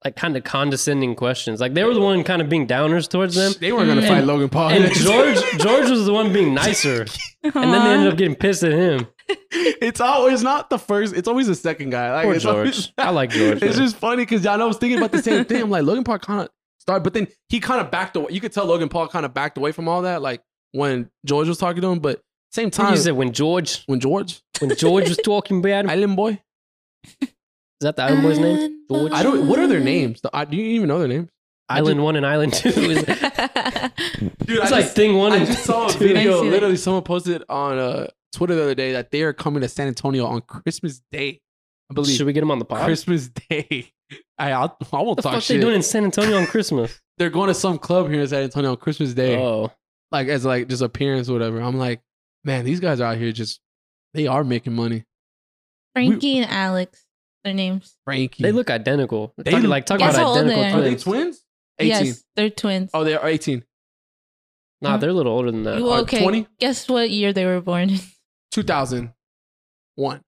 Speaker 2: like kind of condescending questions. Like they were the one kind of being downers towards them.
Speaker 1: they weren't gonna
Speaker 2: Mm.
Speaker 1: fight Logan Paul.
Speaker 2: And George, George was the one being nicer, and then they ended up getting pissed at him.
Speaker 1: it's always not the first. It's always the second guy. Like,
Speaker 2: Poor
Speaker 1: it's
Speaker 2: George. I like George.
Speaker 1: It's
Speaker 2: man.
Speaker 1: just funny because y'all know I was thinking about the same thing. I'm like Logan Paul kind of started, but then he kind of backed away. You could tell Logan Paul kind of backed away from all that, like when George was talking to him. But same time,
Speaker 2: You said when George,
Speaker 1: when George
Speaker 2: when George was talking about him, is
Speaker 1: Island Boy,
Speaker 2: that the Island Boys' name? George?
Speaker 1: I don't. What are their names? The, I, do you even know their names? I
Speaker 2: Island One and Island Two. Is, it's
Speaker 1: Dude,
Speaker 2: like thing one.
Speaker 1: I
Speaker 2: and
Speaker 1: just saw a
Speaker 2: two.
Speaker 1: video.
Speaker 3: Thanks,
Speaker 1: Literally, someone posted on uh, Twitter the other day that they are coming to San Antonio on Christmas Day. I believe
Speaker 2: Should we get him on the pod?
Speaker 1: Christmas Day. I I'll, I won't
Speaker 2: what the
Speaker 1: talk
Speaker 2: fuck
Speaker 1: shit.
Speaker 2: they doing in San Antonio on Christmas?
Speaker 1: They're going to some club here in San Antonio on Christmas Day,
Speaker 2: Oh,
Speaker 1: like as like just appearance or whatever. I'm like, man, these guys are out here just they are making money.
Speaker 3: Frankie and Alex, their names.
Speaker 1: Frankie,
Speaker 2: they look identical.
Speaker 1: They
Speaker 2: talk,
Speaker 1: look-
Speaker 2: like talk
Speaker 3: Guess
Speaker 2: about
Speaker 3: how old they
Speaker 2: identical
Speaker 1: are they
Speaker 2: twins.
Speaker 1: twins? Eighteen.
Speaker 3: Yes, they're twins. Uh,
Speaker 1: Oh, they are eighteen.
Speaker 2: Nah, they're a little older than
Speaker 3: You
Speaker 2: that.
Speaker 1: are
Speaker 3: okay?
Speaker 1: 20?
Speaker 3: Guess what year they were born? in?
Speaker 1: Two thousand one.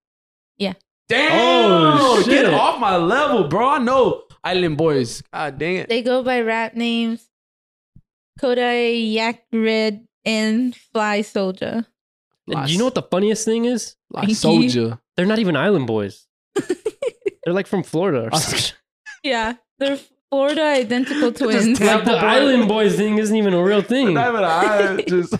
Speaker 3: Yeah.
Speaker 1: Damn!
Speaker 2: Oh, shit.
Speaker 1: Get off my level, bro. I know Island Boys. God dang it.
Speaker 3: They go by rap names: Kodai, Yak Red, and Fly Soldier.
Speaker 2: And you know what the funniest thing is?
Speaker 1: Like
Speaker 3: Frankie.
Speaker 1: Soldier.
Speaker 2: They're not even Island Boys. they're like from Florida. Or
Speaker 1: Uh,
Speaker 2: something.
Speaker 3: Yeah, they're Florida identical twins.
Speaker 1: tell-
Speaker 2: like
Speaker 1: Tampa
Speaker 2: the
Speaker 1: boy.
Speaker 2: Island Boys thing isn't even a real thing.
Speaker 1: Not even a eye, just. I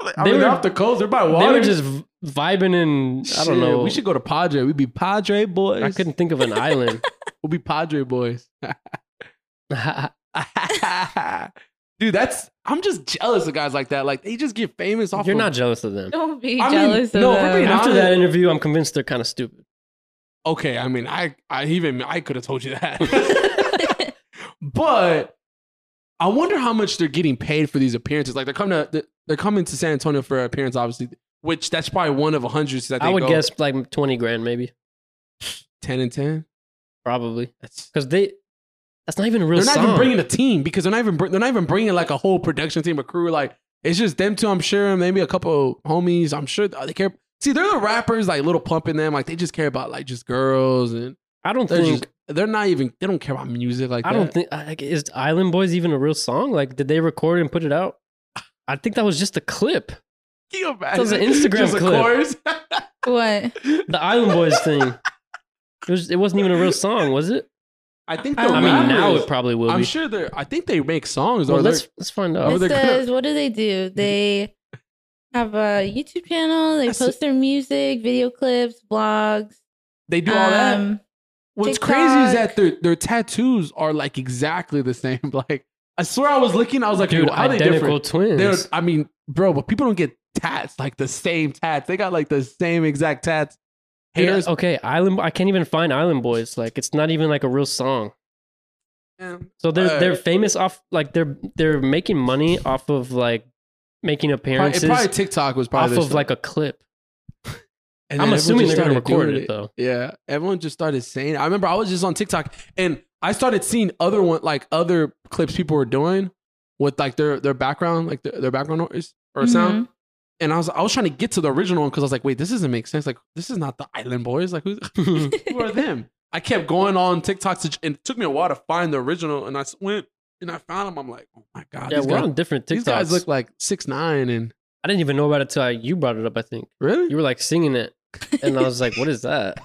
Speaker 2: They
Speaker 1: mean, they're
Speaker 2: were-
Speaker 1: off the coast. They're by
Speaker 2: They
Speaker 1: water.
Speaker 2: were just v- vibing and I don't
Speaker 1: Shit,
Speaker 2: know.
Speaker 1: We should go to Padre. We'd be Padre boys.
Speaker 2: I couldn't think of an island.
Speaker 1: We'll be Padre boys. Dude, that's. I'm just jealous of guys like that. Like they just get famous off.
Speaker 2: You're
Speaker 1: of,
Speaker 2: not jealous of them.
Speaker 3: Don't be
Speaker 1: I mean,
Speaker 3: jealous
Speaker 1: no,
Speaker 3: of
Speaker 1: we're being
Speaker 3: them.
Speaker 2: After
Speaker 1: honest-
Speaker 2: that interview, I'm convinced they're kind of stupid.
Speaker 1: okay. I mean, I, I even I could have told you that. but I wonder how much they're getting paid for these appearances. Like they're coming to they're coming to San Antonio for an appearance, obviously. Which that's probably one of a hundred that they
Speaker 2: I would
Speaker 1: go
Speaker 2: guess like 20 grand, maybe,
Speaker 1: ten and ten.
Speaker 2: probably,
Speaker 1: That's
Speaker 2: because they. That's not even a real
Speaker 1: they're not
Speaker 2: song.
Speaker 1: even bringing a team because they're not even br- they're not even bringing like a whole production team, a crew. Like it's just them two. I'm sure and maybe a couple homies. I'm sure they care. See, they're the rappers like little pump in them. Like they just care about like just girls and
Speaker 2: I don't
Speaker 1: they're
Speaker 2: think.
Speaker 1: just they're not even they don't care about music like
Speaker 2: I
Speaker 1: that.
Speaker 2: don't think. I- Like, is Island Boys even a real song? Like, did they record and put it out? I think that was just a clip.
Speaker 1: Can you imagine?
Speaker 2: That was an Instagram
Speaker 1: Just a
Speaker 2: clip.
Speaker 1: chorus?
Speaker 3: What?
Speaker 2: The Island Boys thing. It, was, it wasn't even a real song, was it?
Speaker 1: I think the
Speaker 3: I
Speaker 2: I mean,
Speaker 1: rappers,
Speaker 2: now it probably will
Speaker 1: I'm
Speaker 2: be.
Speaker 1: sure they're. I think they make songs
Speaker 2: Well,
Speaker 1: or they're
Speaker 2: let's let's find
Speaker 1: Over
Speaker 3: It
Speaker 2: out.
Speaker 1: the-
Speaker 3: says, what do they do? They have a YouTube channel. They
Speaker 1: That's-
Speaker 3: post their music, video clips, blogs.
Speaker 1: they do all that.
Speaker 3: Um,
Speaker 1: What's crazy is that
Speaker 3: TikTok.
Speaker 1: their their tattoos are like exactly the same. Like I swear, I was looking, I was like,
Speaker 2: Dude,
Speaker 1: how are they
Speaker 2: identical
Speaker 1: different?
Speaker 2: twins.
Speaker 1: They're, I mean, bro, but people don't get tats like the same tats. They got like the same exact tats.
Speaker 2: Dude,
Speaker 1: Haters,
Speaker 2: okay, Island. I can't even find Island Boys. Like, it's not even like a real song.
Speaker 1: man.
Speaker 2: So they're
Speaker 1: Uh,
Speaker 2: they're famous off like they're they're making money off of like making
Speaker 1: probably,
Speaker 2: appearances
Speaker 1: probably TikTok was
Speaker 2: off
Speaker 1: probably
Speaker 2: of
Speaker 1: their stuff.
Speaker 2: like a clip.
Speaker 1: And
Speaker 2: I'm
Speaker 1: then everyone
Speaker 2: assuming
Speaker 1: just
Speaker 2: they're gonna
Speaker 1: started doing
Speaker 2: record it, though.
Speaker 1: Yeah, everyone just started saying. I remember I was just on TikTok and I started seeing other one like other clips people were doing with like their their background, like their, their background noise or
Speaker 2: Mm-hmm.
Speaker 1: sound. And I was I was trying to get to the original one because I was like, wait, this doesn't make sense. Like this is not the Island Boys. Like who who are them? I kept going on TikTok to, and it took me a while to find the original. And I s- went and I found them. I'm like, oh my god,
Speaker 2: yeah,
Speaker 1: these,
Speaker 2: we're
Speaker 1: guys,
Speaker 2: on different
Speaker 1: these
Speaker 2: TikToks.
Speaker 1: guys look like six nine and
Speaker 2: I didn't even know about it till I, you brought it up. I think
Speaker 1: really
Speaker 2: you were like singing it, and I was like, "What is that?"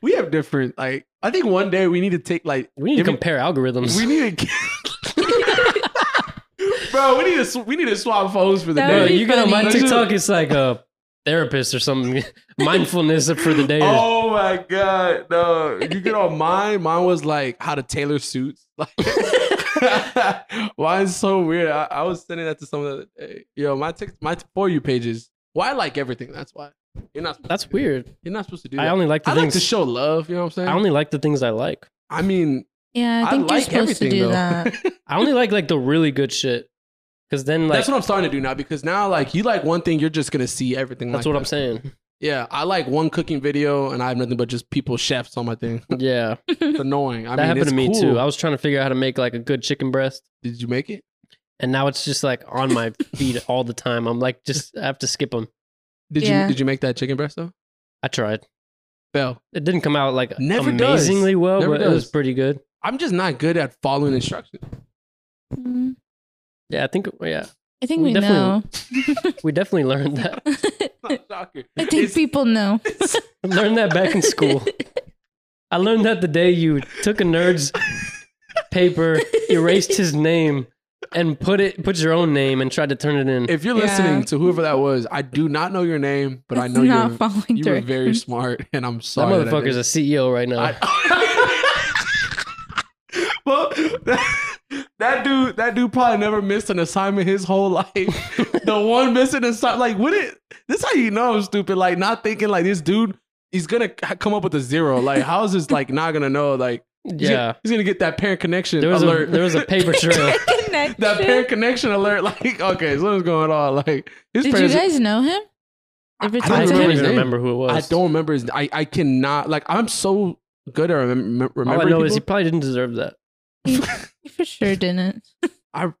Speaker 1: we have different like I think one day we need to take like
Speaker 2: We need
Speaker 1: Give
Speaker 2: to
Speaker 1: me-
Speaker 2: compare algorithms.
Speaker 1: we need to Bro, we need to sw- we need to swap phones for the
Speaker 3: That
Speaker 2: Bro,
Speaker 3: would
Speaker 1: day.
Speaker 3: be
Speaker 2: you get on my
Speaker 1: funny.
Speaker 2: TikTok, it's like a therapist or something, mindfulness for the day.
Speaker 1: Oh my god, no! You get on mine. Mine was like how to tailor suits. Like, why is so weird? I, I was sending that to someone the other day. Yo, my tick, my for you pages. Why I like everything? That's why. You're not. supposed to
Speaker 2: That's
Speaker 1: do that.
Speaker 2: weird.
Speaker 1: You're not supposed to do that.
Speaker 2: I only like the
Speaker 1: I like
Speaker 2: things.
Speaker 1: to show love. You know what I'm saying?
Speaker 2: I
Speaker 1: I,
Speaker 2: only like the things I like.
Speaker 1: mean,
Speaker 3: yeah, I
Speaker 1: I,
Speaker 3: think you're
Speaker 1: like
Speaker 3: supposed to
Speaker 1: everything
Speaker 3: do
Speaker 1: though.
Speaker 3: that.
Speaker 2: I only like like the really good shit, because then like
Speaker 1: that's what I'm starting to do now because now like you like one thing, you're just gonna see everything.
Speaker 2: That's
Speaker 1: like that.
Speaker 2: what I'm saying.
Speaker 1: Yeah, I like one cooking video, and I have nothing but just people chefs on my thing.
Speaker 2: Yeah,
Speaker 1: It's annoying. I
Speaker 2: that
Speaker 1: mean,
Speaker 2: happened
Speaker 1: it's
Speaker 2: to me
Speaker 1: cool.
Speaker 2: too. I was trying to figure out how to make like a good chicken breast,
Speaker 1: Did you make it?
Speaker 2: and now it's just like on my feet all the time. I'm like, just I have to skip them.
Speaker 1: Did
Speaker 3: Yeah.
Speaker 1: you did you make that chicken breast though?
Speaker 2: I tried.
Speaker 1: Fail.
Speaker 2: It didn't come out like
Speaker 1: Never does.
Speaker 2: amazingly well,
Speaker 1: Never
Speaker 2: but it was
Speaker 1: does.
Speaker 2: pretty good.
Speaker 1: I'm just not good at following instructions.
Speaker 3: Mm,
Speaker 2: Yeah, I think yeah,
Speaker 3: I think
Speaker 2: We
Speaker 3: we, know.
Speaker 2: definitely- we definitely learned that.
Speaker 1: Not shocker.
Speaker 3: I think
Speaker 1: It's-
Speaker 3: people know.
Speaker 2: learned that back in school. I learned that the day you took a nerd's paper, erased his name, and put it put your own name and tried to turn it in.
Speaker 1: if you're
Speaker 3: Yeah.
Speaker 1: listening to whoever that was, I do not know your name, but I
Speaker 3: It's
Speaker 1: know
Speaker 3: not
Speaker 1: you're
Speaker 3: following
Speaker 1: you were very
Speaker 3: directions.
Speaker 1: smart, and I'm
Speaker 2: that
Speaker 1: sorry. I
Speaker 2: motherfucker's a CEO right now.
Speaker 1: didn't- I- well, that, that dude, that dude probably never missed an assignment his whole life. the one missing assignment, like, what it? This how you know I'm stupid. Like, not thinking like this dude. He's gonna c- come up with a zero. Like, how is this like not gonna know? Like, he's
Speaker 2: yeah.
Speaker 1: gonna, he's gonna get that parent connection
Speaker 2: There was
Speaker 1: alert.
Speaker 2: a there was a paper trail.
Speaker 1: that parent connection alert. Like, okay, something's going on. Like, his
Speaker 3: Did you
Speaker 1: parents.
Speaker 3: guys know him? Ever
Speaker 1: I
Speaker 3: talk
Speaker 2: I
Speaker 1: don't remember
Speaker 2: can't
Speaker 3: to him?
Speaker 1: his
Speaker 2: even
Speaker 1: name.
Speaker 2: remember who it
Speaker 1: I
Speaker 2: was.
Speaker 1: don't remember his. I I cannot. Like, I'm so good at remem-
Speaker 2: All I
Speaker 1: remembering.
Speaker 2: know
Speaker 1: people.
Speaker 2: is he probably didn't deserve that.
Speaker 3: He for sure didn't.
Speaker 1: I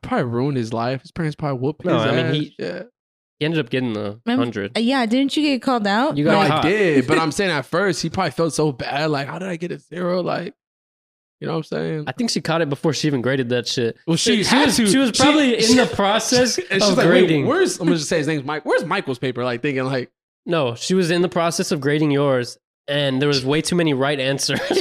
Speaker 1: probably ruined his life. His parents probably whooped
Speaker 2: No,
Speaker 1: his
Speaker 2: I mean,
Speaker 1: ass.
Speaker 2: he-
Speaker 1: yeah.
Speaker 2: He ended up getting the
Speaker 3: Remem-
Speaker 2: hundred.
Speaker 3: Uh, yeah, didn't you get called out?
Speaker 2: You
Speaker 1: No,
Speaker 2: got
Speaker 1: I
Speaker 2: caught.
Speaker 1: did, but I'm saying at first he probably felt so bad. Like, how did I get a zero? Like, you know what I'm saying?
Speaker 2: I think she caught it before she even graded that shit.
Speaker 1: well, she,
Speaker 2: she
Speaker 1: had
Speaker 2: was
Speaker 1: to.
Speaker 2: she was probably in the process
Speaker 1: and she's
Speaker 2: of
Speaker 1: like, wait,
Speaker 2: Oh, grading.
Speaker 1: where's I'm gonna just say his name's Mike. Where's Michael's paper? Like thinking like,
Speaker 2: no, she was in the process of grading yours, and there was way too many right answers.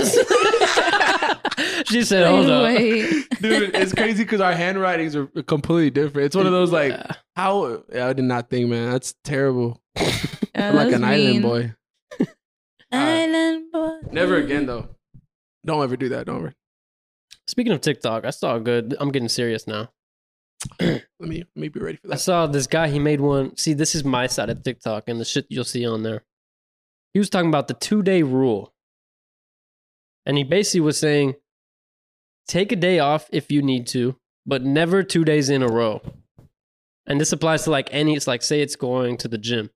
Speaker 2: she said, "Hold up."
Speaker 3: Wait.
Speaker 1: dude, it's crazy because our handwritings are completely different. It's one of those like,
Speaker 2: Yeah.
Speaker 1: how yeah, I did not think, man. That's terrible.
Speaker 3: Yeah,
Speaker 1: I'm like
Speaker 3: that
Speaker 1: an
Speaker 3: was mean.
Speaker 1: island boy.
Speaker 3: Island boy.
Speaker 1: Never again though. Don't ever do that. Don't ever.
Speaker 2: Speaking of TikTok, I saw a good. I'm getting serious now.
Speaker 1: Let me let me be ready for
Speaker 2: I
Speaker 1: that.
Speaker 2: saw this guy. He made one. See, this is my side of TikTok and the shit you'll see on there. He was talking about the two day rule. And he basically was saying take a day off if you need to, but never two days in a row. And this applies to like any, it's like, say it's going to the gym.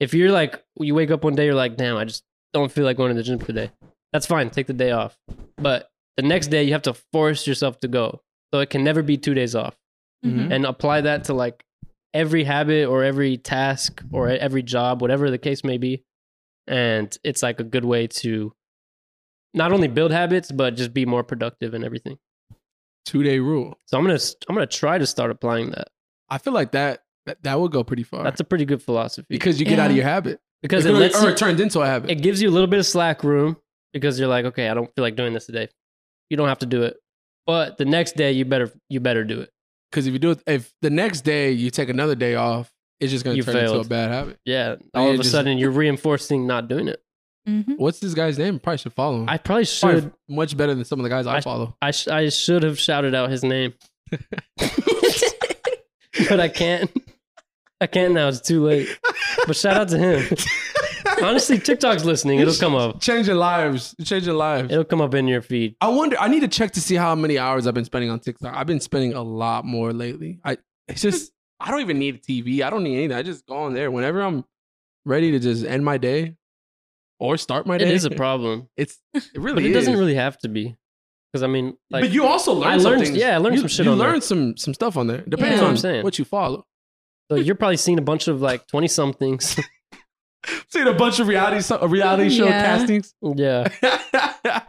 Speaker 2: If you're like, you wake up one day, you're like, damn, I just don't feel like going to the gym today. That's fine. Take the day off. But the next day, you have to force yourself to go. So it can never be two days off
Speaker 3: Mhm.
Speaker 2: and apply that to like every habit or every task or e-, every job, whatever the case may be. And it's like a good way to not only build habits but just be more productive and everything.
Speaker 1: Two day rule.
Speaker 2: So I'm gonna I'm gonna try to start applying that.
Speaker 1: I feel like that that, that would go pretty far.
Speaker 2: That's a pretty good philosophy
Speaker 1: because you get
Speaker 3: Yeah.
Speaker 1: out of your habit.
Speaker 2: because it
Speaker 1: Or-
Speaker 2: lets
Speaker 1: or
Speaker 2: you,
Speaker 1: it turns into a
Speaker 2: it
Speaker 1: habit.
Speaker 2: gives you a little bit of slack room because you're like, okay, I don't feel like doing this today. You don't have to do it, but the next day you better you better do it.
Speaker 1: Because if you do it, if the next day you take another day off, it's just gonna
Speaker 2: You
Speaker 1: turn
Speaker 2: failed.
Speaker 1: into a bad habit.
Speaker 2: Yeah. All
Speaker 1: Yeah,
Speaker 2: of a
Speaker 1: just-
Speaker 2: sudden you're reinforcing not doing it.
Speaker 3: Mm-hmm.
Speaker 1: What's this guy's name? Probably should follow him.
Speaker 2: I probably
Speaker 1: Probably
Speaker 2: should.
Speaker 1: much better than some of the guys I, follow.
Speaker 2: I sh- I should have shouted out his name,
Speaker 3: Mm-hmm.
Speaker 2: but I can't. I can't now. It's too late. But shout out to him. Honestly, TikTok's listening. It'll come up.
Speaker 1: Changing lives, changing lives.
Speaker 2: It'll come up in your feed.
Speaker 1: I wonder. I need to check to see how many hours I've been spending on TikTok. I've been spending a lot more lately. I it's just I don't even need a TV. I don't need anything. I just go on there whenever I'm ready to just end my day or start my
Speaker 2: It
Speaker 1: day.
Speaker 2: is a problem,
Speaker 1: It's it really
Speaker 2: but it doesn't
Speaker 1: is.
Speaker 2: really have to be. Because I mean, like,
Speaker 1: but you also learn
Speaker 2: I
Speaker 1: some
Speaker 2: learned-
Speaker 1: things.
Speaker 2: yeah, I learned
Speaker 1: you,
Speaker 2: some shit
Speaker 1: You
Speaker 2: on there.
Speaker 1: learn some some stuff on there, depending
Speaker 3: That's what
Speaker 1: on
Speaker 3: I'm
Speaker 2: saying.
Speaker 1: what you follow.
Speaker 2: so you're probably seeing a bunch of like twenty somethings.
Speaker 1: Seen a bunch of reality so- reality show
Speaker 3: Yeah.
Speaker 1: castings.
Speaker 2: yeah,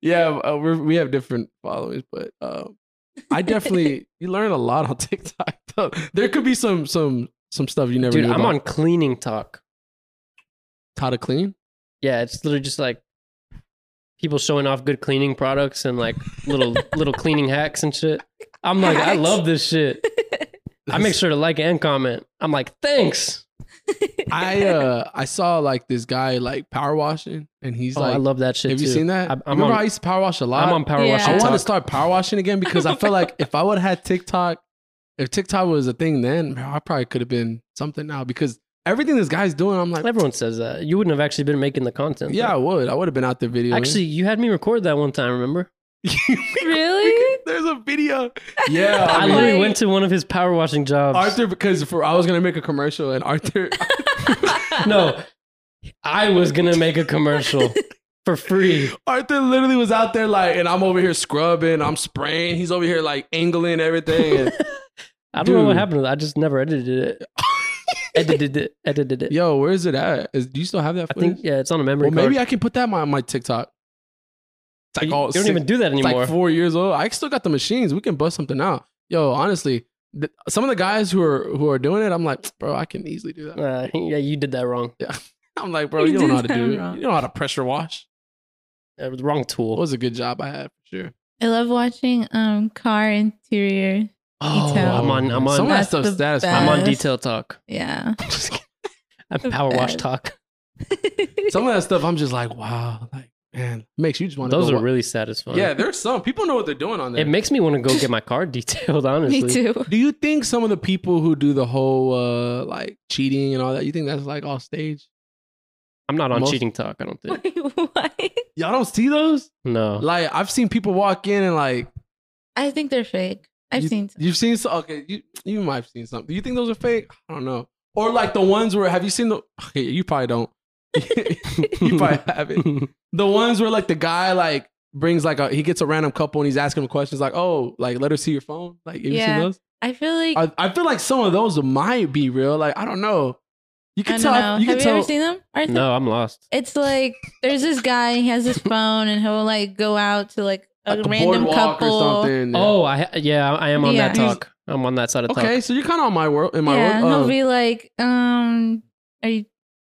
Speaker 1: yeah, uh, we're, we have different followers, but um, I definitely you learn a lot on TikTok. Though. There could be some some some stuff you never.
Speaker 2: dude,
Speaker 1: knew
Speaker 2: I'm
Speaker 1: about.
Speaker 2: on cleaning talk.
Speaker 1: how to clean.
Speaker 2: Yeah, it's literally just like people showing off good cleaning products and like little little cleaning hacks and shit. I'm like, I
Speaker 3: Hacks.
Speaker 2: love this shit. I make sure to like and comment. I'm like, thanks.
Speaker 1: I uh I saw like this guy like power washing, and he's
Speaker 2: oh,
Speaker 1: like,
Speaker 2: I love that shit.
Speaker 1: "Have you
Speaker 2: too.
Speaker 1: seen that?
Speaker 2: I, am
Speaker 1: Remember
Speaker 2: on,
Speaker 1: how I used to power wash a lot?
Speaker 2: I'm on power
Speaker 3: Yeah.
Speaker 2: washing.
Speaker 1: I want to
Speaker 2: Talk.
Speaker 1: start power washing again because I feel like if I would have had TikTok, if TikTok was a thing then, man, I probably could have been something now because everything this guy's doing, I'm like,
Speaker 2: Everyone says that. You wouldn't have actually been making the content.
Speaker 1: yeah, I
Speaker 2: though.
Speaker 1: would. I would have been out there videoing.
Speaker 2: Actually, you had me record that one time, remember?
Speaker 3: really?
Speaker 1: There's a video. Yeah,
Speaker 2: I,
Speaker 1: I mean,
Speaker 2: literally
Speaker 3: Like-
Speaker 2: went to one of his power washing jobs.
Speaker 1: Arthur because for I was gonna make a commercial and Arthur
Speaker 2: No, I was gonna make a commercial for free.
Speaker 1: Arthur literally was out there like and I'm over here scrubbing, I'm spraying, he's over here like angling everything. And,
Speaker 2: I don't know what
Speaker 1: Dude.
Speaker 2: happened to that. I just never edited it. edited it. Edited it.
Speaker 1: yo, where is it at? Is, do you still have that
Speaker 2: I think
Speaker 1: footage?
Speaker 2: yeah, it's on a memory
Speaker 1: well,
Speaker 2: card.
Speaker 1: maybe I can put that on my, my TikTok. It's
Speaker 2: But
Speaker 1: like
Speaker 2: you,
Speaker 1: all
Speaker 2: you don't
Speaker 1: six-
Speaker 2: even do
Speaker 1: it's
Speaker 2: that anymore.
Speaker 1: like four years old. I still got the machines. We can bust something out. Yo, honestly, th- some of the guys who are who are doing it, I'm like, bro, I can easily do that.
Speaker 2: Uh, yeah, you did that wrong.
Speaker 1: I'm like, bro,
Speaker 3: You
Speaker 1: you, don't
Speaker 3: did
Speaker 1: know how to
Speaker 3: that
Speaker 1: do it.
Speaker 3: wrong.
Speaker 1: You don't know how to pressure wash.
Speaker 2: Uh, the wrong
Speaker 1: It
Speaker 2: tool.
Speaker 1: was a good job I had for sure.
Speaker 3: I love watching um car interior.
Speaker 2: Oh,
Speaker 3: Detail.
Speaker 2: I'm on. I'm
Speaker 1: Some of
Speaker 2: on.
Speaker 1: that
Speaker 3: That's
Speaker 1: stuff's
Speaker 3: the
Speaker 1: satisfying.
Speaker 2: I'm on
Speaker 3: best.
Speaker 2: detail talk.
Speaker 3: Yeah.
Speaker 2: I'm
Speaker 3: The
Speaker 2: power wash
Speaker 3: best.
Speaker 2: talk.
Speaker 1: Some of that stuff, I'm just like, wow, like man, makes you just want to.
Speaker 2: Those
Speaker 1: go
Speaker 2: are
Speaker 1: wa-
Speaker 2: really satisfying.
Speaker 1: Yeah, there's some people know what they're doing on there.
Speaker 2: it makes me want to go get my car detailed. Honestly,
Speaker 3: Me too.
Speaker 1: do you think some of the people who do the whole uh like cheating and all that, you think that's like off stage?
Speaker 2: I'm not on
Speaker 1: Most-
Speaker 2: cheating talk. I don't think.
Speaker 3: Wait, what?
Speaker 1: Y'all don't see those?
Speaker 2: No.
Speaker 1: Like I've seen people walk in and like
Speaker 3: I think they're fake. I've
Speaker 1: you,
Speaker 3: seen some.
Speaker 1: You've seen so okay, you you might have seen something. Do you think those are fake? I don't know. Or like the ones where have you seen the okay, you probably don't. you probably haven't. The ones where like the guy like brings like a he gets a random couple and he's asking him questions like, oh, like let her see your phone. Like have you
Speaker 3: Yeah.
Speaker 1: seen those?
Speaker 3: I feel like I,
Speaker 1: I, I feel like some of those might be real. Like I don't know. You can tell.
Speaker 3: don't know.
Speaker 1: You can
Speaker 3: Have you
Speaker 1: tell.
Speaker 3: ever seen them? Arthur?
Speaker 2: no, I'm lost.
Speaker 3: It's like there's this guy. He has his phone, and he'll like go out to like a
Speaker 1: like, the
Speaker 3: random
Speaker 1: boardwalk
Speaker 3: couple.
Speaker 1: or something.
Speaker 2: Oh, I ha- yeah, I I am on that
Speaker 1: Yeah.
Speaker 2: talk. I'm on that side of
Speaker 1: okay.
Speaker 2: talk.
Speaker 1: So you're kind of on my world. In my
Speaker 3: yeah,
Speaker 1: world.
Speaker 3: and
Speaker 1: Um,
Speaker 3: he'll be like, um, are you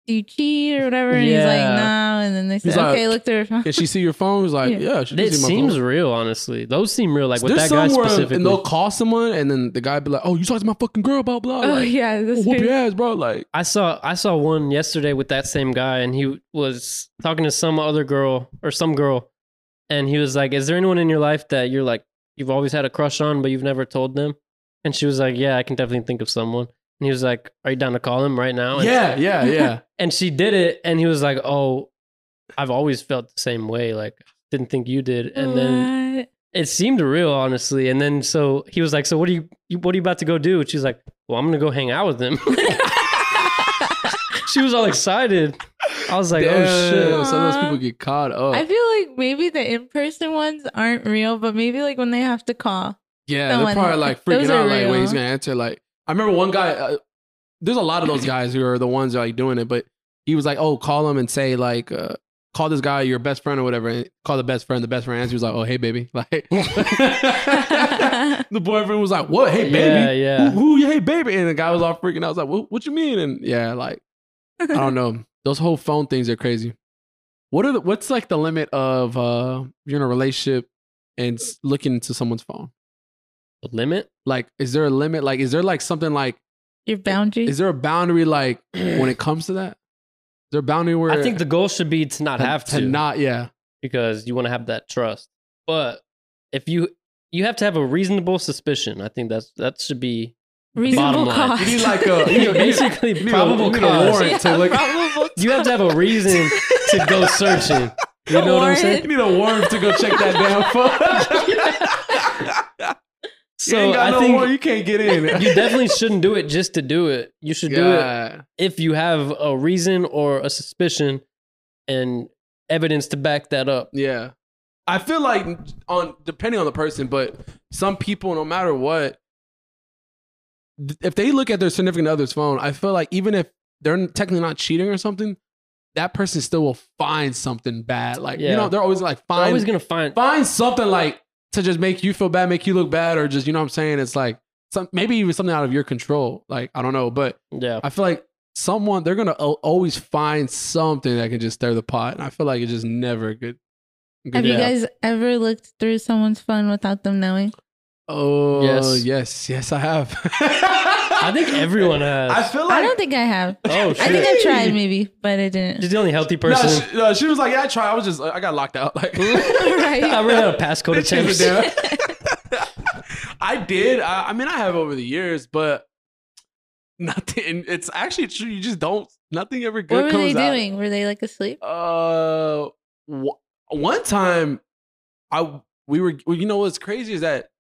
Speaker 3: do you cheat or whatever? And he's
Speaker 2: Yeah.
Speaker 3: like, no. And then they say,
Speaker 1: He's like,
Speaker 3: okay, look through your phone.
Speaker 1: can she see your phone? He's like,
Speaker 3: Yeah.
Speaker 1: yeah. she can
Speaker 2: It
Speaker 1: see my
Speaker 2: seems
Speaker 1: phone.
Speaker 2: real, honestly. Those seem real, like with
Speaker 1: There's
Speaker 2: that guy
Speaker 1: some where- and
Speaker 2: specifically.
Speaker 1: they'll call someone, and then the guy be like, "Oh, you talked to my fucking girl, blah blah."
Speaker 3: Oh
Speaker 1: like,
Speaker 3: yeah, this
Speaker 1: whoop your
Speaker 3: crazy.
Speaker 1: ass, bro. Like,
Speaker 2: I saw I saw one yesterday with that same guy, and he was talking to some other girl or some girl, and he was like, "Is there anyone in your life that you're like you've always had a crush on, but you've never told them?" And she was like, "Yeah, I can definitely think of someone." And he was like, "Are you down to call him right now?" And,
Speaker 1: yeah, yeah, yeah.
Speaker 2: and she did it, and he was like, "Oh, I've always felt the same way. Like, didn't think you did." And then
Speaker 3: What?
Speaker 2: it seemed real, honestly. And then so he was like, "So what are you, you what are you about to go do?" And she's like, "Well, I'm gonna go hang out with him." she was all excited. I was like, "Oh
Speaker 1: Damn,
Speaker 2: shit!"
Speaker 1: Some of those
Speaker 3: Aw.
Speaker 1: people get caught up.
Speaker 3: I feel like maybe the in-person ones aren't real, but maybe like when they have to call.
Speaker 1: Yeah,
Speaker 3: someone-
Speaker 1: they're probably like
Speaker 3: those
Speaker 1: freaking out,
Speaker 3: are
Speaker 1: like when he's
Speaker 3: real.
Speaker 1: gonna answer. Like, I remember one guy. Uh, there's a lot of those guys who are the ones that are like doing it, but he was like, "Oh, call him and say like, uh, call this guy your best friend or whatever." And call the best friend. The best friend answers he was like, "Oh, hey, baby." Like, the boyfriend was like, "What? Hey, baby?
Speaker 2: Yeah, yeah.
Speaker 1: Who, who- Hey, baby?" And the guy was all freaking out. I was like, "What? What you mean?" And yeah, like I don't know. Those whole phone things are crazy. What are the what's like the limit of uh you're in a relationship and s- looking into someone's phone?
Speaker 2: The limit?
Speaker 1: Like, is there a limit? Like, is there like something like
Speaker 3: Your boundaries.
Speaker 1: is there a boundary like when it comes to that? Is there a boundary where
Speaker 2: I think the goal should be to not
Speaker 1: to-
Speaker 2: have
Speaker 1: to
Speaker 2: to,
Speaker 1: not yeah.
Speaker 2: because you want to have that trust. But if you you have to have a reasonable suspicion. I think that's that should be bottom
Speaker 3: Reasonable
Speaker 2: line.
Speaker 3: cost.
Speaker 1: You need like a you need a-
Speaker 2: basically
Speaker 1: you need a-
Speaker 2: probable
Speaker 1: you need a
Speaker 2: cause.
Speaker 1: warrant to look-
Speaker 3: probable
Speaker 2: You have to have a reason to go searching. You know what I'm saying?
Speaker 1: You need a warrant to go check that damn phone. you
Speaker 2: So
Speaker 1: ain't got
Speaker 2: I
Speaker 1: no
Speaker 2: think
Speaker 1: warrant, you can't get in.
Speaker 2: you definitely shouldn't do it just to do it. You should do it
Speaker 1: Yeah.
Speaker 2: if you have a reason or a suspicion and evidence to back that up.
Speaker 1: Yeah. I feel like on depending on the person, but some people, no matter what, th- if they look at their significant other's phone, I feel like even if they're technically not cheating or something, that person still will find something bad. Like you
Speaker 2: Yeah.
Speaker 1: know, they're always like
Speaker 2: You're
Speaker 1: find
Speaker 2: always gonna find
Speaker 1: find something like to just make you feel bad, make you look bad, or just you know what I'm saying. It's like some maybe even something out of your control. Like I don't know, but
Speaker 2: yeah.
Speaker 1: I feel like someone they're gonna al- always find something that can just stir the pot, and I feel like it's just never a good. good
Speaker 3: Have you
Speaker 1: idea.
Speaker 3: guys ever looked through someone's phone without them knowing?
Speaker 1: Oh yes,
Speaker 2: Yes.
Speaker 1: yes, yes, I have.
Speaker 2: I
Speaker 1: I
Speaker 2: think everyone has.
Speaker 1: I feel
Speaker 3: I
Speaker 1: like
Speaker 3: don't think I have.
Speaker 2: oh shit!
Speaker 3: I think I tried maybe, but I
Speaker 2: She's
Speaker 3: didn't.
Speaker 2: the only healthy
Speaker 1: no,
Speaker 2: person.
Speaker 1: she, no, she was like, "Yeah, I tried. I was just, I got locked out." Like,
Speaker 2: I
Speaker 3: right.
Speaker 2: ran out of passcode
Speaker 1: Bitch,
Speaker 2: attempts.
Speaker 1: give it down. I did. I, I mean, I have over the years, but nothing. It's actually true. You just don't. Nothing ever good
Speaker 3: What were
Speaker 1: comes
Speaker 3: they
Speaker 1: out.
Speaker 3: doing? Were they like asleep?
Speaker 1: Uh, wh- one time, I we were. well, You know what's crazy is that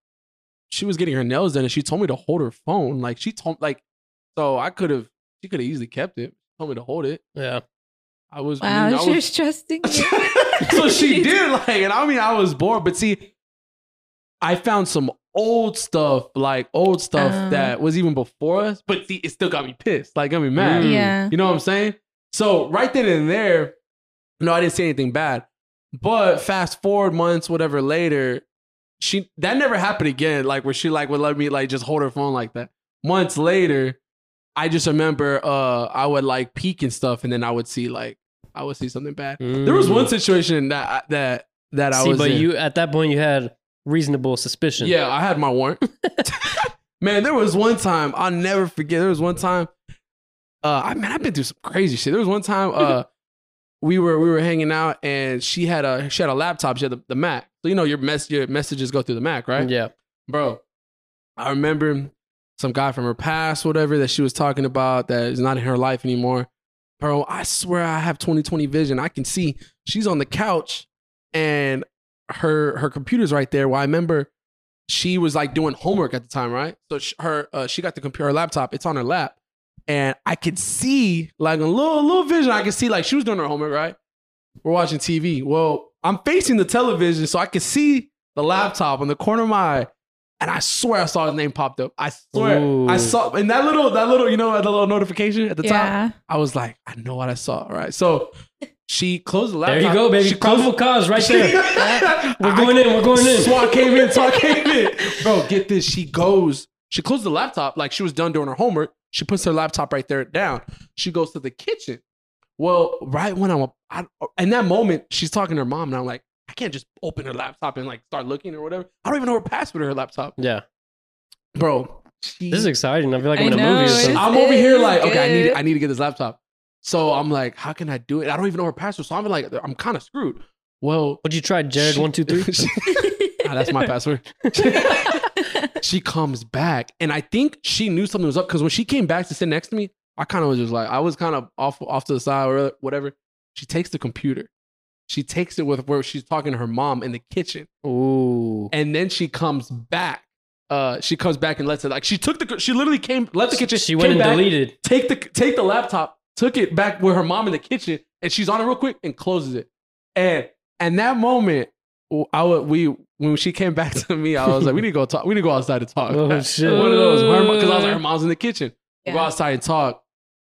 Speaker 1: she was getting her nails done, and she told me to hold her phone. Like she told, like so I could have. She could have easily kept it. She told me to hold it.
Speaker 2: Yeah.
Speaker 1: I was. I
Speaker 3: Wow,
Speaker 1: mean, I
Speaker 3: she
Speaker 1: was-
Speaker 3: was trusting you.
Speaker 1: so she did like, and I mean, I was bored, but see, I found some old stuff, like old stuff
Speaker 3: Um.
Speaker 1: that was even before us, but see, it still got me pissed, like got me mad.
Speaker 2: Mm.
Speaker 3: Yeah.
Speaker 1: You know what I'm saying? So right then and there, no, I didn't see anything bad. But fast forward months, whatever later, she that never happened again. Like where she like would let me like just hold her phone like that. Months later, I just remember uh I would like peek and stuff, and then I would see like I would see something bad. There was one situation that I- that that I
Speaker 2: Mm. See,
Speaker 1: was.
Speaker 2: but
Speaker 1: in.
Speaker 2: you at that point you had reasonable suspicion.
Speaker 1: Yeah, I had my warrant. man, there was one time I'll never forget. There was one time. Uh, I man, I've been through some crazy shit. There was one time. Uh, we were we were hanging out, and she had a she had a laptop. She had the, the Mac. So you know your mess your messages go through the Mac, right?
Speaker 2: Yeah.
Speaker 1: bro. I remember some guy from her past, whatever that she was talking about that is not in her life anymore. Bro, I swear I have 2020 vision. I can see she's on the couch and her her computer's right there. Well, I remember she was like doing homework at the time, right? So sh her uh, she got the computer, her laptop, it's on her lap, and I could see like a little little vision. I could see like she was doing her homework, right? We're watching TV. Well, I'm facing the television, so I could see the laptop on the corner of my eye, and I swear I saw his name popped up. I swear
Speaker 2: Ooh.
Speaker 1: I saw, and that little that little you know that little notification at the top.
Speaker 3: Yeah.
Speaker 1: I was like, I know what I saw. All right, so she closed the
Speaker 2: There
Speaker 1: laptop.
Speaker 2: you go, baby.
Speaker 1: She closed
Speaker 2: Probable cause right there. We're
Speaker 1: I-
Speaker 2: going in. We're going in.
Speaker 1: SWAT came in. SWAT came in. Bro, get this. She goes. She closed the laptop like she was done doing her homework. She puts her laptop right there down. She goes to the kitchen. Well, right when I'm I, in that moment, she's talking to her mom, and I'm like, I can't just open her laptop and like start looking or whatever. I don't even know her password to her laptop,
Speaker 2: Yeah.
Speaker 1: bro. She,
Speaker 2: This is exciting. I feel like I'm
Speaker 3: I
Speaker 2: in a
Speaker 3: know,
Speaker 2: movie or
Speaker 3: it's-
Speaker 2: something.
Speaker 1: I'm over here
Speaker 3: This
Speaker 1: like,
Speaker 3: is
Speaker 1: okay, I need
Speaker 3: good.
Speaker 1: I need to get this laptop. So I'm like, how can I do it? I don't even know her password, so I'm like, I'm kind of screwed. Well,
Speaker 2: Would you try Jared
Speaker 1: she-
Speaker 2: one two three?
Speaker 1: Ah, that's my password. she comes back, and I think she knew something was up because when she came back to sit next to me, I kind of was just like, I was kind of off off to the side or whatever. She takes the computer. She takes it with where she's talking to her mom in the kitchen,
Speaker 2: Ooh.
Speaker 1: and then she comes back. Uh, she comes back and lets it like she took the she literally came left the kitchen.
Speaker 2: She went
Speaker 1: came
Speaker 2: and
Speaker 1: back,
Speaker 2: deleted.
Speaker 1: Take the take the laptop, took it back with her mom in the kitchen, and she's on it real quick and closes it. And and that moment, I would, we when she came back to me, I was like, we need to go talk. We need to go outside to talk.
Speaker 2: Oh shit.
Speaker 1: One of those because I was like, her mom's in the kitchen. We'll Go
Speaker 3: Yeah.
Speaker 1: outside and talk.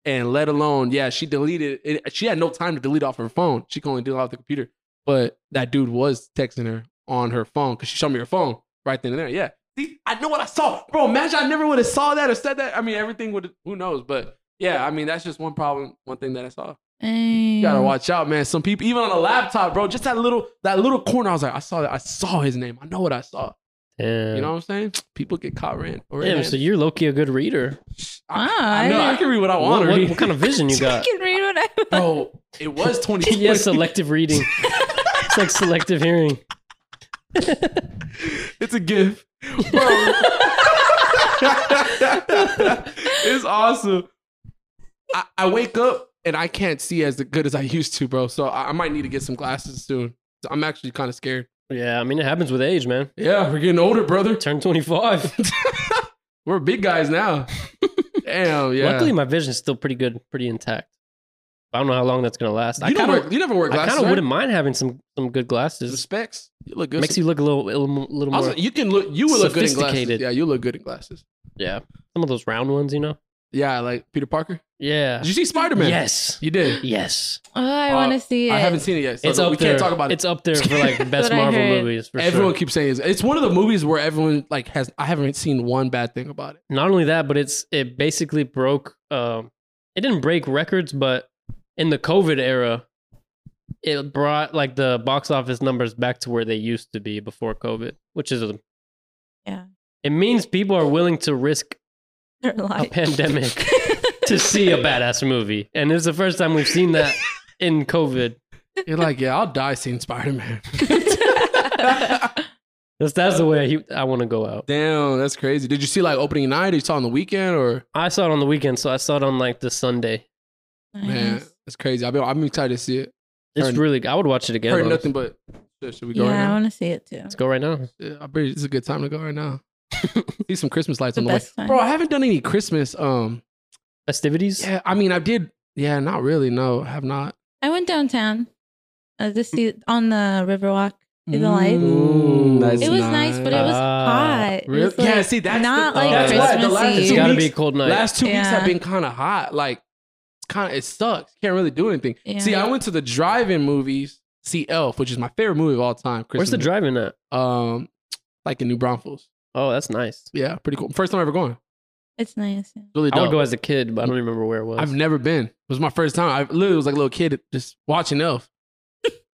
Speaker 1: And let alone, yeah, she deleted it. She had no time to delete off her phone. She could only do it off the computer. But that dude was texting her on her phone because she showed me her phone right then and there. Yeah. See, I know what I saw. Bro, imagine I never would have saw that or said that. I mean, everything would who knows, but yeah, I mean that's just one problem, one thing that I saw. You gotta
Speaker 3: Dang.
Speaker 1: watch out, man. Some people, even on a laptop, bro, just that little that little corner. I was like, I saw that. I saw his name. I know what I saw.
Speaker 2: Damn.
Speaker 1: You know what I'm saying? People get caught ran. Or
Speaker 2: Damn,
Speaker 1: ran.
Speaker 2: so you're Loki a good reader.
Speaker 1: I,
Speaker 3: Ah,
Speaker 1: I know.
Speaker 3: I-
Speaker 1: I can read what I want
Speaker 2: What,
Speaker 1: to
Speaker 2: what,
Speaker 1: read.
Speaker 2: what kind of vision you
Speaker 3: I
Speaker 2: got?
Speaker 3: can read what I want.
Speaker 1: bro, it was 20.
Speaker 2: yeah, selective reading. It's like selective hearing.
Speaker 1: It's a gift. Bro. it's awesome. I, I wake up and I can't see as good as I used to, bro. So I, I might need to get some glasses soon. So I'm actually kind of scared.
Speaker 2: Yeah, I mean it happens with age, man.
Speaker 1: Yeah, we're getting older, brother.
Speaker 2: Turn 25.
Speaker 1: We're big guys now. Damn, yeah.
Speaker 2: Luckily, my vision's still pretty good, pretty intact. I don't know how long that's gonna last.
Speaker 1: you,
Speaker 2: I
Speaker 1: don't
Speaker 2: kind
Speaker 1: wear,
Speaker 2: of,
Speaker 1: you never wear
Speaker 2: I
Speaker 1: glasses.
Speaker 2: kind of
Speaker 1: right?
Speaker 2: wouldn't mind having some some good
Speaker 1: The
Speaker 2: glasses.
Speaker 1: specs. You look good.
Speaker 2: Makes you look a little, a little, little
Speaker 1: I
Speaker 2: more.
Speaker 1: was- you can look. You would look good in glasses.
Speaker 2: Sophisticated.
Speaker 1: Yeah, you look good in glasses.
Speaker 2: yeah, some of those round ones, you know.
Speaker 1: Yeah, like Peter Parker.
Speaker 2: Yeah.
Speaker 1: Did you see Spider Man?
Speaker 2: Yes.
Speaker 1: you did.
Speaker 2: Yes.
Speaker 3: Oh, I
Speaker 1: Uh,
Speaker 3: want to see it.
Speaker 1: I haven't seen it yet. So
Speaker 2: it's up
Speaker 1: we
Speaker 2: there.
Speaker 1: can't talk about it.
Speaker 2: It's up there for like best
Speaker 3: what I
Speaker 2: Marvel
Speaker 3: heard.
Speaker 2: movies. For
Speaker 1: everyone
Speaker 2: sure.
Speaker 1: keeps saying it's, it's one of the movies where everyone like has. I haven't seen one bad thing about it.
Speaker 2: Not only that, but it's it basically broke. Um, it didn't break records, but in the COVID era, it brought like the box office numbers back to where they used to be before COVID, which is a,
Speaker 3: Yeah.
Speaker 2: It means people are willing to risk
Speaker 3: They're
Speaker 2: a
Speaker 3: lying.
Speaker 2: pandemic to see a badass movie, and it's the first time we've seen that in COVID.
Speaker 1: You're like, yeah, I'll die seeing Spider Man.
Speaker 2: That's that's the way he, I want to go out.
Speaker 1: Damn, that's crazy. Did you see like opening night? Or you saw on the weekend or
Speaker 2: I saw it on the weekend, so I saw it on like the Sunday.
Speaker 1: man,
Speaker 3: Nice.
Speaker 1: that's crazy. I've been, I'm excited to see it.
Speaker 2: It's
Speaker 1: Heard-
Speaker 2: really. I would watch it again.
Speaker 1: Heard
Speaker 2: honestly.
Speaker 1: nothing but. Should should we go
Speaker 3: Yeah,
Speaker 1: right
Speaker 3: I
Speaker 1: now?
Speaker 3: want to see it too.
Speaker 2: Let's go right now.
Speaker 1: Yeah, I bet it's a good time to go right now. see some Christmas lights
Speaker 3: The
Speaker 1: on the way,
Speaker 3: best time.
Speaker 1: bro. I haven't done any Christmas. Um,
Speaker 2: Festivities.
Speaker 1: yeah, I mean, I did. Yeah, not really. No, I have not.
Speaker 3: I went downtown uh, to see on the Riverwalk. See the lights?
Speaker 1: Mm, that's
Speaker 3: It was nice, but it was
Speaker 2: Ah,
Speaker 3: hot. It
Speaker 1: Really?
Speaker 3: was, like,
Speaker 1: yeah, see, that's the-
Speaker 3: not
Speaker 2: like
Speaker 1: that's why the last
Speaker 3: Christmassy.
Speaker 2: It's
Speaker 1: two
Speaker 2: got to be
Speaker 1: weeks-
Speaker 2: a cold night.
Speaker 1: Last two weeks have
Speaker 3: Yeah.
Speaker 1: been kind of hot. Like, kind of it sucks. Can't really do anything.
Speaker 3: Yeah.
Speaker 1: See, I went to the drive-in movies. See Elf, which is my favorite movie of all time.
Speaker 2: Where's the
Speaker 1: Christmas.
Speaker 2: driving at?
Speaker 1: Um, like in New Braunfels.
Speaker 2: Oh, that's nice.
Speaker 1: Yeah, pretty cool. First time ever going.
Speaker 3: it's nice. yeah.
Speaker 1: Really
Speaker 2: I would
Speaker 1: dope.
Speaker 2: go as a kid, but I don't remember where it was.
Speaker 1: I've never been. It was my first time. I literally was like a little kid just watching Elf.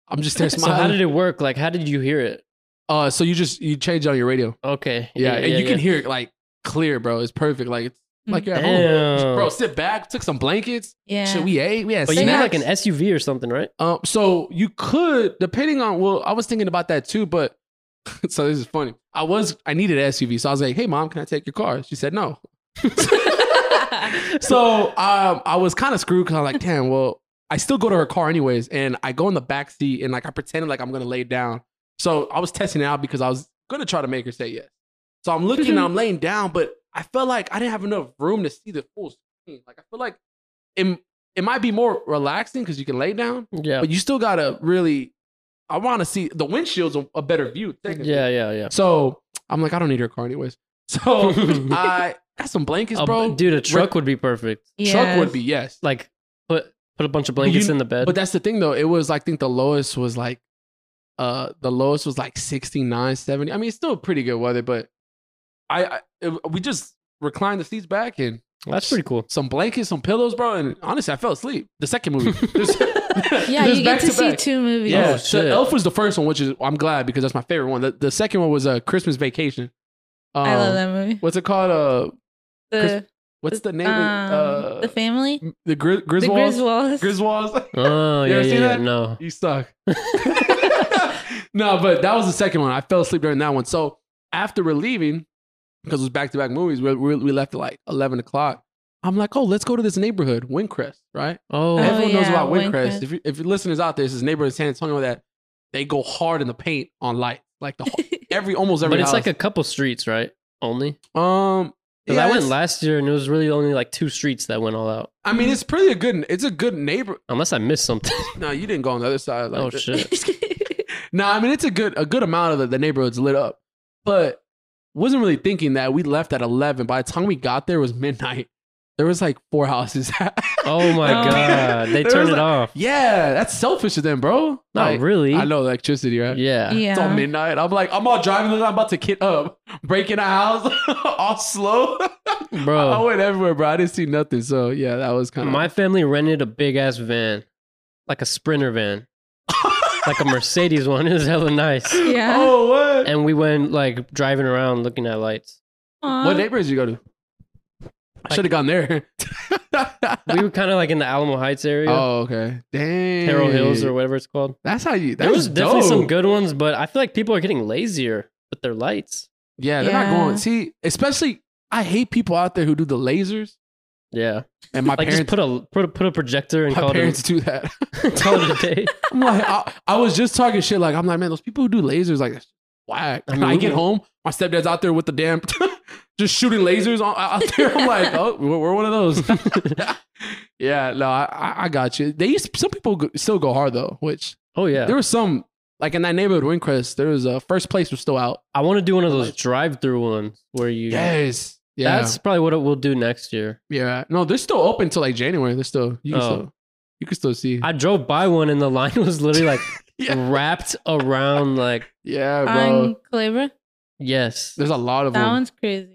Speaker 1: I'm just there
Speaker 2: so how did
Speaker 1: smiling.
Speaker 2: it work? Like, how did you hear it?
Speaker 1: uh, so you just you change on your radio.
Speaker 2: Okay.
Speaker 1: Yeah, and you can hear it like clear, bro. It's perfect. Like it's like you're at home.
Speaker 2: Damn.
Speaker 1: Bro, sit back. Took some blankets.
Speaker 3: Yeah.
Speaker 1: Shit, we ate. We had
Speaker 2: but you
Speaker 1: snacks.
Speaker 2: had like an SUV or something, right?
Speaker 1: Um, so you could, depending on, well, I was thinking about that too, but so this is funny. I was, I needed an SUV. So I was like, hey, mom, can I take your car? She said, no. So um, I was kind of screwed because I was like, damn, well, I still go to her car anyways. And I go in the back seat and like I pretended like I'm going to lay down. So I was testing it out because I was going to try to make her say yes. So I'm looking and I'm laying down, but I felt like I didn't have enough room to see the full screen. Like I feel like it, it might be more relaxing because you can lay down
Speaker 2: Yeah.
Speaker 1: but you still gotta really. I want to see the windshield's a, a better view. technically.
Speaker 2: Yeah, yeah, yeah.
Speaker 1: So I'm like, I don't need her car anyways. So I got some blankets,
Speaker 2: A-
Speaker 1: bro.
Speaker 2: dude, a truck would be perfect.
Speaker 1: Truck would be yes,
Speaker 2: Like, put put a bunch of blankets
Speaker 1: You-
Speaker 2: in the bed.
Speaker 1: but that's the thing though. It was I think the lowest was like, uh, the lowest was like 69, 70. I mean, it's still pretty good weather, but I, I it- we just reclined the seats back and
Speaker 2: that's pretty cool.
Speaker 1: some blankets, some pillows, bro. And honestly, I fell asleep. The second movie, Just-
Speaker 3: Yeah,
Speaker 1: just
Speaker 3: you
Speaker 1: back
Speaker 3: get to see
Speaker 1: back.
Speaker 3: two movies.
Speaker 1: Yeah,
Speaker 2: Oh,
Speaker 1: so
Speaker 2: shit.
Speaker 1: Elf was the first one, which is I'm glad because that's my favorite one. The, the second one was a uh, Christmas Vacation. Um,
Speaker 3: I love that movie.
Speaker 1: What's it called? Uh,
Speaker 3: The
Speaker 1: what's the name?
Speaker 3: um,
Speaker 1: of, uh,
Speaker 3: the family,
Speaker 1: the Gri-
Speaker 3: the
Speaker 1: Griswolds.
Speaker 3: Griswolds.
Speaker 1: Griswolds.
Speaker 2: Oh,
Speaker 1: You
Speaker 2: yeah,
Speaker 1: ever
Speaker 2: yeah,
Speaker 1: seen
Speaker 2: yeah.
Speaker 1: that?
Speaker 2: No.
Speaker 1: you suck. no, but that was the second one. I fell asleep during that one. So after we're leaving, because it was back to back movies, we, we we left at like 11 o'clock. I'm like, oh, let's go to this neighborhood, Windcrest, right?
Speaker 2: Oh,
Speaker 3: Oh.
Speaker 1: Everyone knows
Speaker 3: yeah,
Speaker 1: about Windcrest.
Speaker 3: Windcrest.
Speaker 1: If you, if your listeners out there, this is neighborhood in San Antonio that they go hard in the paint on light, like the every almost every.
Speaker 2: but it's
Speaker 1: house.
Speaker 2: like a couple streets, right? Only.
Speaker 1: um.
Speaker 2: 'Cause
Speaker 1: yeah,
Speaker 2: I went
Speaker 1: it's-
Speaker 2: last year, and it was really only like two streets that went all out.
Speaker 1: I mean, it's pretty a good. It's a good neighbor.
Speaker 2: Unless I missed something.
Speaker 1: No, you didn't go on the other side. Like
Speaker 2: oh
Speaker 1: that.
Speaker 2: shit.
Speaker 1: No, I mean it's a good a good amount of the, the neighborhood's lit up, but wasn't really thinking that we left at eleven. By the time we got there, it was midnight. There was like four houses.
Speaker 2: Oh my
Speaker 3: Oh.
Speaker 2: god. They
Speaker 1: There
Speaker 2: turned
Speaker 1: was
Speaker 2: it
Speaker 1: like-
Speaker 2: off.
Speaker 1: yeah, that's selfish of them, bro.
Speaker 2: Not
Speaker 1: Like,
Speaker 2: really.
Speaker 1: I know electricity, right?
Speaker 2: Yeah.
Speaker 1: It's all
Speaker 3: yeah,
Speaker 1: midnight. I'm like, I'm all driving. I'm about to get up, breaking a house, all slow. I
Speaker 2: Bro.
Speaker 1: went everywhere, bro. I didn't see nothing. So yeah, that was kind of
Speaker 2: My family rented a big ass van like a sprinter van, like a Mercedes one. It was hella nice.
Speaker 3: Yeah.
Speaker 1: Oh, what?
Speaker 2: And we went like driving around looking at lights.
Speaker 3: Aw.
Speaker 1: What neighborhoods you go to? I
Speaker 2: Like-
Speaker 1: should have gone there.
Speaker 2: We were kind of like in the Alamo Heights area,
Speaker 1: oh, okay. Dang.
Speaker 2: Terrell Hills or whatever it's called.
Speaker 1: That's how you. That
Speaker 2: there was,
Speaker 1: was
Speaker 2: definitely
Speaker 1: dope.
Speaker 2: some good ones, but I feel like people are getting lazier with their lights.
Speaker 1: Yeah, they're not
Speaker 3: Yeah.
Speaker 1: going. See, especially I hate people out there who do the lasers,
Speaker 2: Yeah,
Speaker 1: and my
Speaker 2: like just
Speaker 1: parents.
Speaker 2: put a put a, put a projector and
Speaker 1: My
Speaker 2: call
Speaker 1: parents
Speaker 2: it,
Speaker 1: do that.
Speaker 2: a, call it a day.
Speaker 1: I'm like, I, I was just talking shit. Like, I'm like, man, those people who do lasers, like, that's whack.
Speaker 2: I
Speaker 1: I,
Speaker 2: mean, we
Speaker 1: get
Speaker 2: were-
Speaker 1: home, my stepdad's out there with the damn, just shooting lasers on, out there. I'm like, oh, we're, we're one of those. yeah, no, I- I, I got you. They used some people go, still go hard though. Which
Speaker 2: Oh yeah,
Speaker 1: there was some like in that neighborhood, Wincrest. There was a first place was still out.
Speaker 2: I want to do one of those drive-through ones where you.
Speaker 1: Yes, yeah,
Speaker 2: That's probably what it will do next year.
Speaker 1: yeah. No, they're still open till like January. They're still you can
Speaker 2: Oh.
Speaker 1: still you can still see.
Speaker 2: I drove by one and the line was literally like
Speaker 1: yeah,
Speaker 2: wrapped around like
Speaker 1: yeah, bro.
Speaker 3: On Calabria?
Speaker 2: yes.
Speaker 1: There's a lot of
Speaker 3: That
Speaker 1: them.
Speaker 3: one's crazy.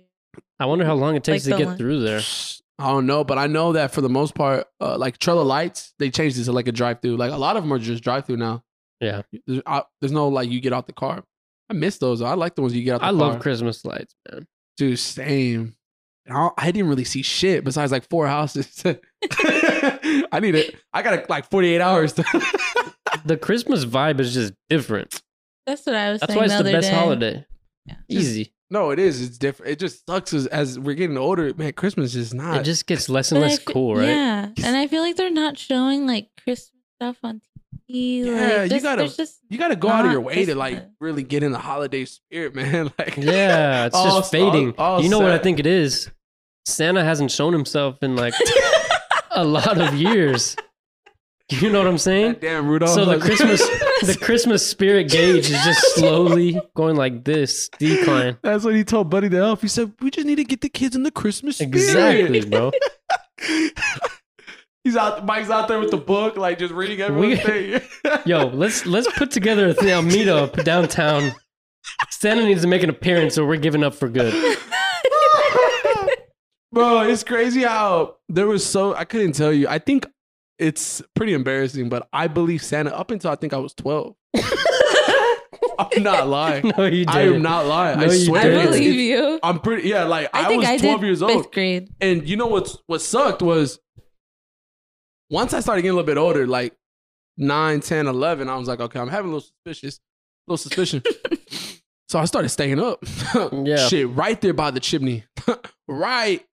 Speaker 2: I wonder how long it takes
Speaker 3: Like
Speaker 2: to
Speaker 3: the
Speaker 2: get
Speaker 3: line.
Speaker 2: through there.
Speaker 1: I don't know, but I know that for the most part, uh, like Trello lights, they changed it to like a drive through. Like a lot of them are just drive through now.
Speaker 2: Yeah.
Speaker 1: There's, I, there's no like you get out the car. I miss those. I like the ones you get out the
Speaker 2: I
Speaker 1: car.
Speaker 2: love Christmas lights, man.
Speaker 1: Dude, same. And I, I didn't really see shit besides like four houses. I need it. I got like 48 hours. To
Speaker 2: The Christmas vibe is just different.
Speaker 3: That's what I was
Speaker 2: That's
Speaker 3: saying.
Speaker 2: why it's the
Speaker 3: other
Speaker 2: best
Speaker 3: day.
Speaker 2: holiday.
Speaker 3: Yeah.
Speaker 2: Easy.
Speaker 1: no, it is. It's different. It just sucks as, as we're getting older. Man, Christmas is not.
Speaker 2: It just gets less
Speaker 3: But
Speaker 2: and
Speaker 3: I
Speaker 2: less
Speaker 3: fe-
Speaker 2: cool, right?
Speaker 3: Yeah. And I feel like they're not showing like Christmas stuff on TV.
Speaker 1: Yeah,
Speaker 3: like,
Speaker 1: you
Speaker 3: just-
Speaker 1: gotta-
Speaker 3: there's just
Speaker 1: you got to go out of
Speaker 3: Not
Speaker 1: your way to like
Speaker 3: Christmas.
Speaker 1: really get in the holiday spirit, man. Like,
Speaker 2: Yeah, it's
Speaker 1: All-
Speaker 2: just fading.
Speaker 1: all- all
Speaker 2: you know what I
Speaker 1: sad.
Speaker 2: think it is? Santa hasn't shown himself in like a lot of years. You know what I'm saying?
Speaker 1: Damn, Rudolph.
Speaker 2: So the Christmas the Christmas spirit gauge is just slowly going like this decline.
Speaker 1: That's what he told Buddy the Elf. He said, "We just need to get the kids in the Christmas spirit."
Speaker 2: Exactly, bro.
Speaker 1: He's out. Mike's out there with the book, like just reading
Speaker 2: We- Yo, let's let's put together a, thing, a meetup downtown. Santa needs to make an appearance, or we're giving up for good.
Speaker 1: Bro, it's crazy how there was so I couldn't tell you. I think it's pretty embarrassing, but I believe Santa up until I think I was twelve. I'm not lying.
Speaker 2: No, you didn't.
Speaker 1: I am not lying.
Speaker 2: No,
Speaker 1: I
Speaker 2: you
Speaker 1: swear.
Speaker 3: I
Speaker 2: didn't.
Speaker 1: it's-
Speaker 3: believe
Speaker 1: it's-
Speaker 3: you.
Speaker 1: I'm pretty. Yeah, like I,
Speaker 3: I think
Speaker 1: was
Speaker 3: I
Speaker 1: twelve
Speaker 3: did
Speaker 1: years old.
Speaker 3: fifth grade.
Speaker 1: And you know what's what sucked was once I started getting a little bit older, like 9, 10, 11, I was like, okay, I'm having a little suspicious, little suspicion. so I started staying up.
Speaker 2: Yeah.
Speaker 1: Shit, right there by the chimney. right.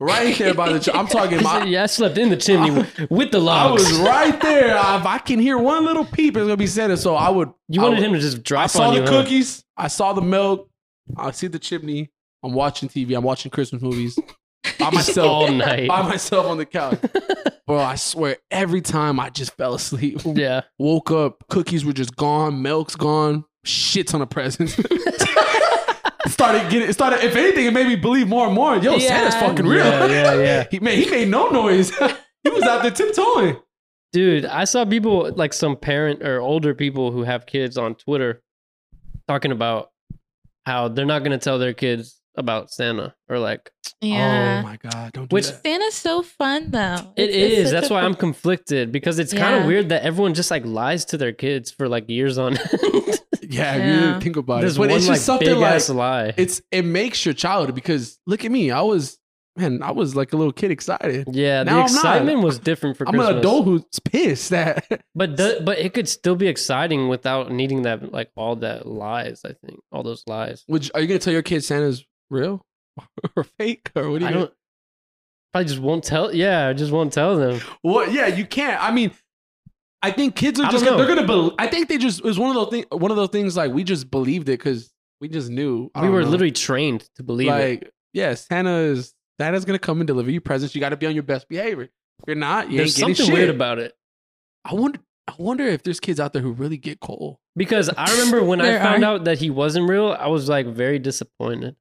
Speaker 1: Right there by the chimney. I'm talking
Speaker 2: I said,
Speaker 1: my
Speaker 2: yeah, I slept in the chimney with the
Speaker 1: I
Speaker 2: logs.
Speaker 1: was right there. If I can hear one little peep, it's gonna be Santa. So I would
Speaker 2: You
Speaker 1: I
Speaker 2: wanted
Speaker 1: would-
Speaker 2: him to just drop
Speaker 1: I saw
Speaker 2: on
Speaker 1: the
Speaker 2: you. huh?
Speaker 1: cookies. I saw the milk. I see the chimney. I'm watching TV. I'm watching Christmas movies by
Speaker 2: Just
Speaker 1: myself
Speaker 2: all night.
Speaker 1: by myself on the couch. Bro, I swear every time I just fell asleep.
Speaker 2: yeah,
Speaker 1: Woke up, cookies were just gone, milk's gone, shit ton of presents. started getting it started if anything, it made me believe more and more. Yo,
Speaker 3: Yeah.
Speaker 1: Santa's fucking real.
Speaker 2: yeah, yeah, yeah.
Speaker 1: He made he made no noise. he was out there tiptoeing.
Speaker 2: Dude, I saw people like some parent or older people who have kids on Twitter talking about how they're not gonna tell their kids about Santa or like
Speaker 1: Oh
Speaker 3: Yeah.
Speaker 1: my god, don't do
Speaker 2: Which-
Speaker 1: that.
Speaker 3: Santa's so fun though.
Speaker 2: It
Speaker 3: It's- it's
Speaker 2: is.
Speaker 3: such
Speaker 2: That's
Speaker 3: a
Speaker 2: why
Speaker 3: fun-
Speaker 2: I'm conflicted because it's kind of
Speaker 3: Yeah.
Speaker 2: weird that everyone just like lies to their kids for like years on. end.
Speaker 1: Yeah, if you
Speaker 3: Yeah.
Speaker 1: really think about
Speaker 2: There's
Speaker 1: it. But
Speaker 2: one
Speaker 1: it's
Speaker 2: like
Speaker 1: just something
Speaker 2: big
Speaker 1: like
Speaker 2: ass lie.
Speaker 1: it's it makes your child because look at me, I was man, I was like a little kid excited.
Speaker 2: yeah,
Speaker 1: Now I'm
Speaker 2: the
Speaker 1: not.
Speaker 2: excitement was different for
Speaker 1: I'm
Speaker 2: Christmas.
Speaker 1: an adult who's pissed that
Speaker 2: but the, but it could still be exciting without needing that like all that lies. I think all those lies.
Speaker 1: Would you, are you gonna tell your kid Santa's real or fake or what? Do you
Speaker 2: I
Speaker 1: gonna-
Speaker 2: don't. I just won't tell. Yeah, I just won't tell them.
Speaker 1: Well, yeah, you can't. I mean, I think kids
Speaker 2: I
Speaker 1: are just
Speaker 2: don't
Speaker 1: gonna,
Speaker 2: know.
Speaker 1: they're gonna. Bel- I think they just it was one of those things. One of those things like we just believed it because we just knew. I
Speaker 2: We
Speaker 1: don't
Speaker 2: were
Speaker 1: know.
Speaker 2: literally trained to believe it.
Speaker 1: like, yeah, Santa is Santa's gonna come and deliver you presents. You got to be on your best behavior. If you're not, you
Speaker 2: There's
Speaker 1: ain't getting
Speaker 2: something
Speaker 1: shit.
Speaker 2: weird about it
Speaker 1: I wonder. I wonder if there's kids out there who really get cold.
Speaker 2: because I remember when I
Speaker 3: There
Speaker 2: found
Speaker 3: are.
Speaker 2: out that he wasn't real, I was like very disappointed.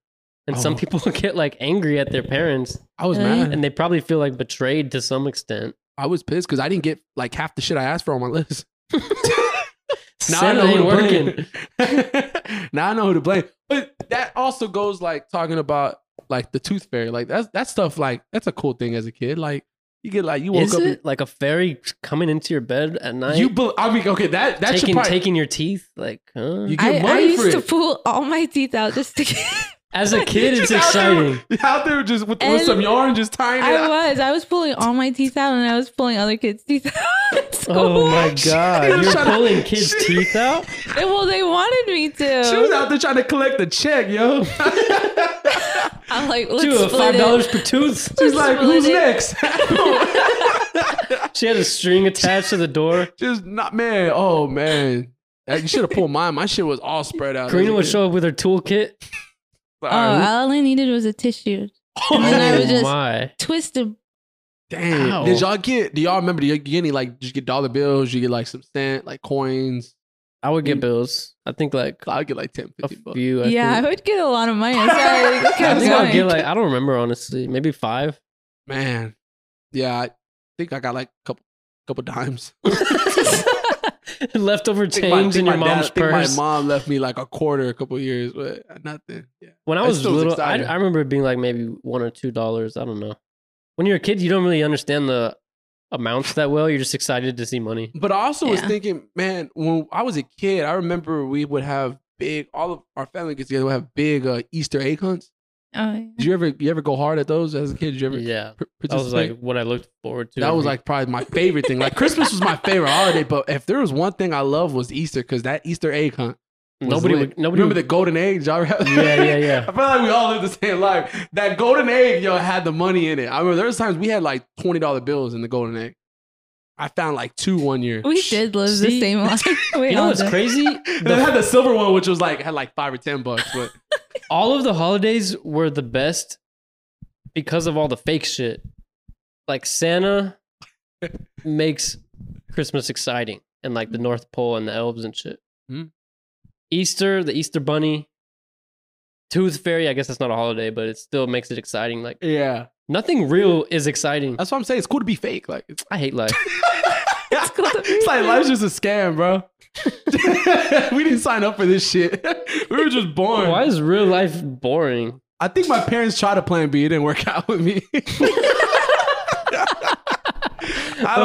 Speaker 2: And some
Speaker 1: Oh.
Speaker 2: people get like angry at their parents.
Speaker 1: I was
Speaker 3: Really?
Speaker 1: mad.
Speaker 2: and they probably feel like betrayed to some extent.
Speaker 1: I was pissed because I didn't get like half the shit I asked for on my list. Now
Speaker 2: Santa
Speaker 1: I know who
Speaker 2: ain't
Speaker 1: to
Speaker 2: working.
Speaker 1: blame. now I know who to blame. But that also goes like talking about like the tooth fairy. Like that's that stuff. Like that's a cool thing as a kid. Like You get like you woke
Speaker 2: Is
Speaker 1: up.
Speaker 2: it like a fairy coming into your bed at night?
Speaker 1: You, bel I mean, okay, that that should
Speaker 2: taking
Speaker 1: probably
Speaker 2: taking your teeth like huh?
Speaker 1: You-
Speaker 3: I,
Speaker 1: get
Speaker 3: I
Speaker 1: money for
Speaker 3: used to
Speaker 1: it.
Speaker 3: pull all my teeth out just to get.
Speaker 2: as a kid
Speaker 1: You're
Speaker 2: it's
Speaker 1: just out there-
Speaker 2: exciting
Speaker 1: Out there just with, with some
Speaker 3: And
Speaker 1: yarn, just tying it.
Speaker 3: I
Speaker 1: out.
Speaker 3: was. I was pulling all my teeth out and I was pulling other kids' teeth out. at
Speaker 2: oh
Speaker 3: school.
Speaker 2: my god you're
Speaker 1: Shut up.
Speaker 2: pulling kids
Speaker 1: Shut-
Speaker 2: teeth out
Speaker 3: And, Well, they wanted me
Speaker 1: She was
Speaker 3: to.
Speaker 1: out there trying to collect the check, yo.
Speaker 3: I'm like, let's
Speaker 2: Dude,
Speaker 3: split
Speaker 2: five
Speaker 3: it.
Speaker 2: dollars per tooth
Speaker 1: She's like, who's
Speaker 3: Split it.
Speaker 1: next?
Speaker 2: she had a string attached to the door
Speaker 1: just not man. Oh man. Uh, You should have pulled mine. My shit was all spread out.
Speaker 2: Karina would show up with her toolkit
Speaker 1: All
Speaker 3: Oh,
Speaker 1: right, who-
Speaker 3: all I needed was a tissue.
Speaker 2: Oh,
Speaker 3: And then I would just-
Speaker 2: my
Speaker 3: Twisted.
Speaker 1: Damn.
Speaker 2: Ow.
Speaker 1: Did y'all get? Do y'all remember? Do you get any like? Did you get dollar bills? You get like some cent, like coins.
Speaker 2: I would get bills I think like
Speaker 1: I would get like 10,
Speaker 2: a
Speaker 1: 15 Mm. bucks.
Speaker 2: few I
Speaker 3: Yeah, I
Speaker 2: think.
Speaker 3: would get a lot of money. I'm sorry. I
Speaker 2: I
Speaker 3: kept
Speaker 2: think I would
Speaker 3: going.
Speaker 2: get like I don't remember honestly maybe five
Speaker 1: Man, yeah, I think I got like a couple, couple dimes.
Speaker 2: leftover
Speaker 1: I think my- I
Speaker 2: change
Speaker 1: think
Speaker 2: in your
Speaker 1: my dad-
Speaker 2: mom's
Speaker 1: I think
Speaker 2: purse
Speaker 1: My mom left me like a quarter, a couple years, but nothing. Yeah.
Speaker 2: When I
Speaker 1: That
Speaker 2: was
Speaker 1: still was
Speaker 2: little, I,
Speaker 1: exciting.
Speaker 2: I remember it being like maybe one or two dollars. I don't know. When you're a kid, you don't really understand the amounts that well. You're just excited to see money.
Speaker 1: But I also was
Speaker 3: Yeah.
Speaker 1: thinking, man, when I was a kid, I remember we would have big. All of our family gets together. We have big uh, Easter egg hunts.
Speaker 3: Oh,
Speaker 1: Did you ever, you ever go hard at those as a kid? Did you ever?
Speaker 2: Yeah,
Speaker 1: par-
Speaker 2: that was
Speaker 1: participate?
Speaker 2: like what I looked forward to.
Speaker 1: That was like probably my favorite thing. Like Christmas was my favorite holiday, but if there was one thing I loved was Easter because that Easter egg hunt. was
Speaker 2: nobody.
Speaker 1: lit.
Speaker 2: Would, nobody.
Speaker 1: remember
Speaker 2: Would,
Speaker 1: the golden egg. Y'all have?
Speaker 2: yeah, yeah, yeah.
Speaker 1: I feel like we all lived the same life. That golden egg, yo, had the money in it. I remember there was times we had like twenty dollar bills in the golden egg. I found like two one year.
Speaker 3: we did live
Speaker 2: See?
Speaker 3: the same life. We
Speaker 2: You know
Speaker 3: all
Speaker 2: what's
Speaker 3: did.
Speaker 2: crazy?
Speaker 1: And then I had the silver one, which was like had like five or ten bucks. But
Speaker 2: All of the holidays were the best because of all the fake shit. Like Santa makes Christmas exciting, and like the North Pole and the elves and shit.
Speaker 1: Mhm.
Speaker 2: Easter, the Easter Bunny, Tooth Fairy. I guess that's not a holiday, but it still makes it exciting. Like
Speaker 1: yeah,
Speaker 2: nothing real is exciting.
Speaker 1: that's what I'm saying. It's cool to be fake. Like it's,
Speaker 2: I hate life.
Speaker 3: cool to be
Speaker 1: it's like life's just a scam, bro. we didn't sign up for this shit. we were just born.
Speaker 2: Why is real life boring?
Speaker 1: I think my parents tried a plan B. It didn't work out with me. I don't, I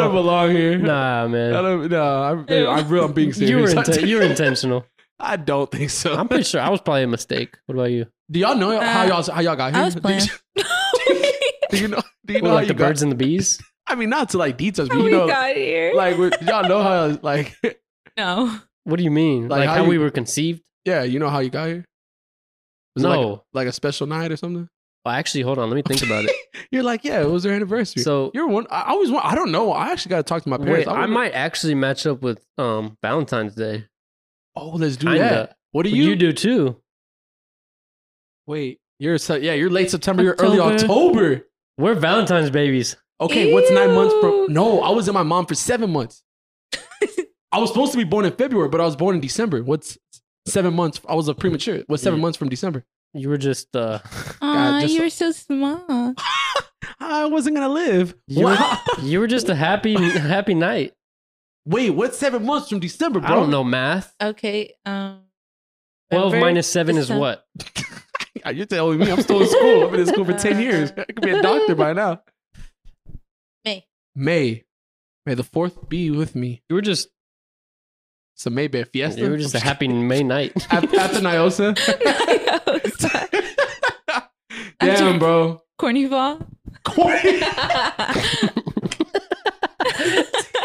Speaker 1: don't belong here.
Speaker 2: Uh-huh. Nah,
Speaker 1: I
Speaker 2: man.
Speaker 1: don't, no, I'm, I'm real. I'm being
Speaker 2: You were,
Speaker 1: serious.
Speaker 2: inten- you were intentional.
Speaker 1: I don't think so.
Speaker 2: I'm pretty sure I was probably a mistake. What about you?
Speaker 1: do y'all know how
Speaker 3: Uh,
Speaker 1: y'all how y'all got here?
Speaker 3: I was playing.
Speaker 1: Do you know? Do you
Speaker 2: Well,
Speaker 1: know
Speaker 2: like
Speaker 1: how you
Speaker 2: the
Speaker 1: got?
Speaker 2: birds and the bees?
Speaker 1: I mean, not to like details, but
Speaker 3: How
Speaker 1: you
Speaker 3: we
Speaker 1: know,
Speaker 3: got here?
Speaker 1: like with- y'all know how like
Speaker 3: no.
Speaker 2: What do you mean?
Speaker 1: Like
Speaker 2: Like,
Speaker 1: how
Speaker 2: how,
Speaker 1: you-
Speaker 2: we were conceived?
Speaker 1: yeah, you know how you got here. Was it
Speaker 2: No.
Speaker 1: like, like a special night or something.
Speaker 2: Well, actually, hold on. Let me think about it.
Speaker 1: You're like, yeah, it was their anniversary.
Speaker 2: So,
Speaker 1: you're one. I always want. I don't know. I actually got to talk to my parents.
Speaker 2: wait, I
Speaker 1: wonder-
Speaker 2: might actually match up with um Valentine's Day.
Speaker 1: Oh, let's do
Speaker 2: Kinda.
Speaker 1: that. What do
Speaker 2: But
Speaker 1: you,
Speaker 2: you do too.
Speaker 1: Wait, you're so, yeah, you're late September. You're early
Speaker 2: October.
Speaker 1: October.
Speaker 2: We're Valentine's babies.
Speaker 1: Okay, what's nine months
Speaker 3: Ew.
Speaker 1: from? No, I was in my mom for seven months. I was supposed to be born in February, but I was born in December. What's seven months? I was a premature. What's seven
Speaker 2: Yeah.
Speaker 1: months from December?
Speaker 2: You were just uh
Speaker 1: God,
Speaker 3: Aw,
Speaker 1: just-
Speaker 3: you were so small.
Speaker 1: I wasn't gonna live.
Speaker 2: You
Speaker 1: Wow.
Speaker 2: you were just a happy happy night.
Speaker 1: Wait, what's seven months from December, bro?
Speaker 2: I don't know math.
Speaker 3: Okay. Um.
Speaker 2: 12
Speaker 3: remember?
Speaker 2: minus 7 is
Speaker 3: December.
Speaker 2: what?
Speaker 1: Ah, You're telling me I'm still in school. I've been in school for ten years. I could be a doctor by now.
Speaker 3: May.
Speaker 1: May, May the fourth be with me.
Speaker 2: You were just
Speaker 1: It's a May Bear fiesta.
Speaker 2: you were just a happy May night.
Speaker 1: at, at the Niosa. Damn, bro.
Speaker 3: Corny ball.
Speaker 1: Corey,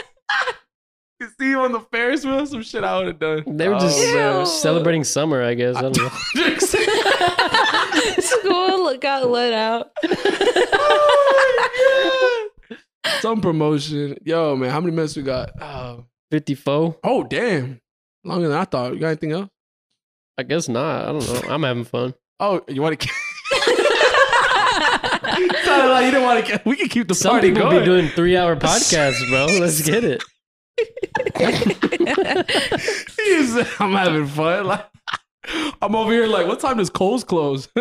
Speaker 1: you see him on the Ferris wheel, some shit I would have done.
Speaker 2: They were just
Speaker 1: Oh, man.
Speaker 2: uh,
Speaker 3: Ew.
Speaker 2: celebrating summer, I guess. I don't know.
Speaker 3: School got let out.
Speaker 1: Oh, my God. some promotion. Yo, man, how many minutes we got? Oh,
Speaker 2: 54?
Speaker 1: oh damn. Longer than I thought. You got anything else?
Speaker 2: I guess not. I don't know. I'm having fun.
Speaker 1: Oh, you want to? Sounded like you didn't want to. We can keep the
Speaker 2: Some
Speaker 1: party
Speaker 2: people
Speaker 1: going.
Speaker 2: be doing three hour podcasts, bro. Let's get it.
Speaker 1: He's, I'm having fun. Like, I'm over here like, what time does Cole's close?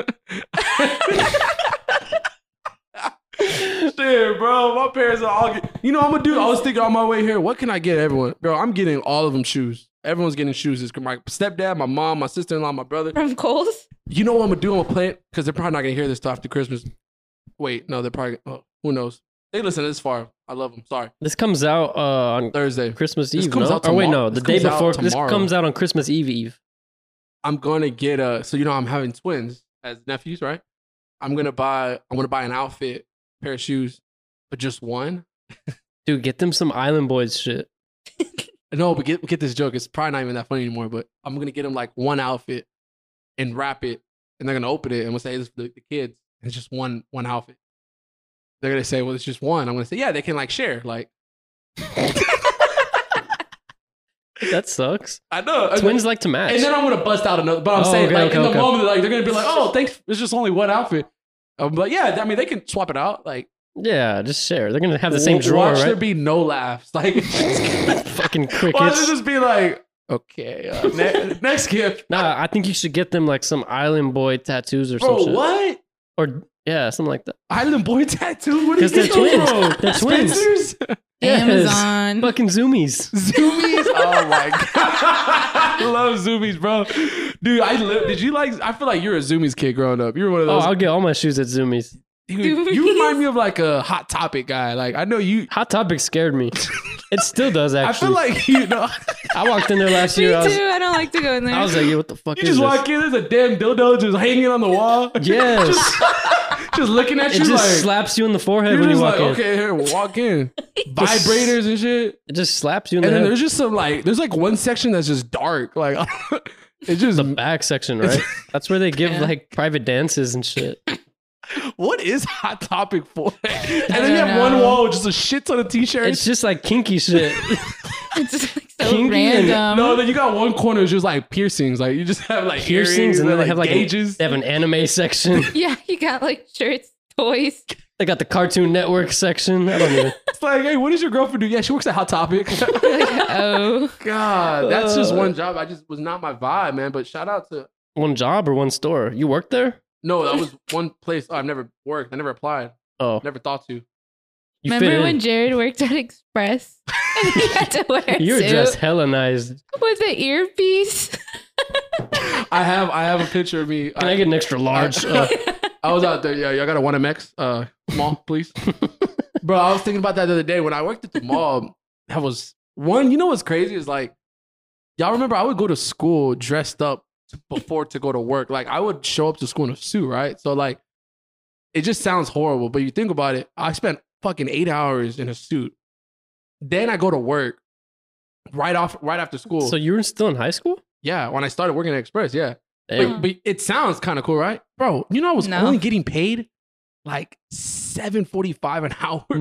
Speaker 1: Shit, bro. My parents are all. Get, you know, I'm gonna do. I was thinking on my way here. What can I get everyone, bro? I'm getting all of them shoes. Everyone's getting shoes. It's my stepdad, my mom, my sister-in-law, my brother.
Speaker 3: From Coles.
Speaker 1: You know what I'm gonna do? I'm gonna play it because they're probably not gonna hear this stuff after Christmas. Wait, no, they're probably. Oh, who knows? They listen this far. I love them. Sorry.
Speaker 2: This comes out uh, on
Speaker 1: Thursday.
Speaker 2: Christmas
Speaker 1: This
Speaker 2: Eve.
Speaker 1: comes
Speaker 2: no?
Speaker 1: out
Speaker 2: or wait,
Speaker 1: tomorrow-
Speaker 2: no, the
Speaker 1: this
Speaker 2: day
Speaker 1: comes out
Speaker 2: before. This
Speaker 1: tomorrow.
Speaker 2: comes out on Christmas Eve Eve.
Speaker 1: I'm gonna get a. So you know, I'm having twins as nephews, right? I'm gonna buy. I'm gonna buy an outfit, pair of shoes, but just one.
Speaker 2: Dude, get them some Island Boys shit.
Speaker 1: No, but get get this joke. It's probably not even that funny anymore. But I'm gonna get them like one outfit, and wrap it, and they're gonna open it and we'll say "Hey, this is for the, the kids. And it's just one one outfit. They're gonna say, well, it's just one. I'm gonna say, yeah, they can like share. Like
Speaker 2: That sucks.
Speaker 1: I know And-
Speaker 2: Twins like to match.
Speaker 1: And then I'm gonna bust out another. But I'm
Speaker 2: Oh,
Speaker 1: saying
Speaker 2: okay,
Speaker 1: like
Speaker 2: okay,
Speaker 1: in the
Speaker 2: okay.
Speaker 1: moment, like they're gonna be like, oh, thanks. It's just only one outfit. I'm like, yeah. I mean, they can swap it out. Like
Speaker 2: yeah, just share. They're gonna have the same
Speaker 1: watch
Speaker 2: drawer,
Speaker 1: there
Speaker 2: right?
Speaker 1: be no laughs. Like
Speaker 2: Fucking
Speaker 1: Why does it
Speaker 2: crickets.
Speaker 1: just be like, okay, uh, ne- next gift.
Speaker 2: Nah, I think you should get them like some Island Boy tattoos or
Speaker 1: Bro,
Speaker 2: some shit.
Speaker 1: what?
Speaker 2: Or yeah, something like that.
Speaker 1: Island boy tattoo? What are you
Speaker 2: Because they're
Speaker 1: getting those
Speaker 2: twins.
Speaker 1: from?
Speaker 2: They're twins.
Speaker 1: Spencer's?
Speaker 2: Yes.
Speaker 3: Amazon.
Speaker 2: Fucking zoomies.
Speaker 1: Zoomies? Oh my god. I love zoomies, bro. Dude, I li- did you like I feel like you're a zoomies kid growing up. You were one of
Speaker 2: Oh,
Speaker 1: those
Speaker 2: I'll get all my shoes at zoomies.
Speaker 1: Dude, you remind me of like a hot topic guy. Like I know you
Speaker 2: Hot Topic scared me. It still does
Speaker 1: I
Speaker 2: actually.
Speaker 1: feel like you know
Speaker 2: I walked in there last
Speaker 3: Me
Speaker 2: year.
Speaker 3: too.
Speaker 2: I was,
Speaker 3: I don't like to go in there.
Speaker 2: I was like, yo, what the fuck
Speaker 1: you
Speaker 2: is
Speaker 1: just
Speaker 2: this?
Speaker 1: walk in, there's a damn dildo just hanging on the wall.
Speaker 2: Yes.
Speaker 1: just looking at you
Speaker 2: it just
Speaker 1: like
Speaker 2: slaps you in the forehead
Speaker 1: You're
Speaker 2: when you
Speaker 1: just
Speaker 2: walk
Speaker 1: like,
Speaker 2: in.
Speaker 1: okay, here, walk in. Vibrators and shit.
Speaker 2: It just slaps you in
Speaker 1: And
Speaker 2: the
Speaker 1: then
Speaker 2: head.
Speaker 1: there's just some like, there's like one section that's just dark. Like, it's just,
Speaker 2: the back section, right? That's where they give
Speaker 3: Yeah.
Speaker 2: like private dances and shit.
Speaker 1: what is Hot Topic for? and
Speaker 3: don't
Speaker 1: then you have one
Speaker 3: know.
Speaker 1: wall with just a shit ton of t
Speaker 2: It's
Speaker 1: shirts.
Speaker 2: just like kinky shit.
Speaker 3: it's just like so
Speaker 2: Kinky and-
Speaker 3: random.
Speaker 1: No, then you got one corner is just like piercings. Like, you just have like
Speaker 2: Piercings,
Speaker 1: earrings
Speaker 2: and then they have like an-
Speaker 1: gauges.
Speaker 2: they have an anime section.
Speaker 3: yeah, you got like shirts, toys.
Speaker 2: They got the Cartoon Network section. I don't even.
Speaker 1: it's like, hey, what does your girlfriend do? Yeah, she works at Hot Topic.
Speaker 3: You're like, oh,
Speaker 1: God, that's just
Speaker 2: Uh.
Speaker 1: one job. I just was not my vibe, man. But shout out to,
Speaker 2: One job or one store? You work there?
Speaker 1: no, that was one place Oh, I've never worked. I never applied,
Speaker 2: Oh,
Speaker 1: never thought to.
Speaker 2: you fit
Speaker 3: remember
Speaker 2: in.
Speaker 3: when Jared worked at Express? and he had to wear a
Speaker 2: you were
Speaker 3: suit
Speaker 2: dressed hella nice.
Speaker 3: with an earpiece.
Speaker 1: I have, I have a picture of me.
Speaker 2: Can I get an extra large? Uh,
Speaker 1: I was out there. Yeah, y'all got a one MX uh, mall, please. Bro, I was thinking about that the other day when I worked at the mall. That was one. You know what's crazy is like, y'all remember I would go to school dressed up before to go to work. Like I would show up to school in a suit, right? So like, it just sounds horrible, but you think about it. I spent fucking eight hours in a suit. Then I go to work right off, right after school.
Speaker 2: so you were still in high school?
Speaker 1: yeah, when I started working at Express, yeah.
Speaker 2: Damn.
Speaker 3: Yeah.
Speaker 1: But, but it sounds kind of cool, right, bro? You know, I was
Speaker 3: No.
Speaker 1: only getting paid like seven forty-five an hour.
Speaker 2: No.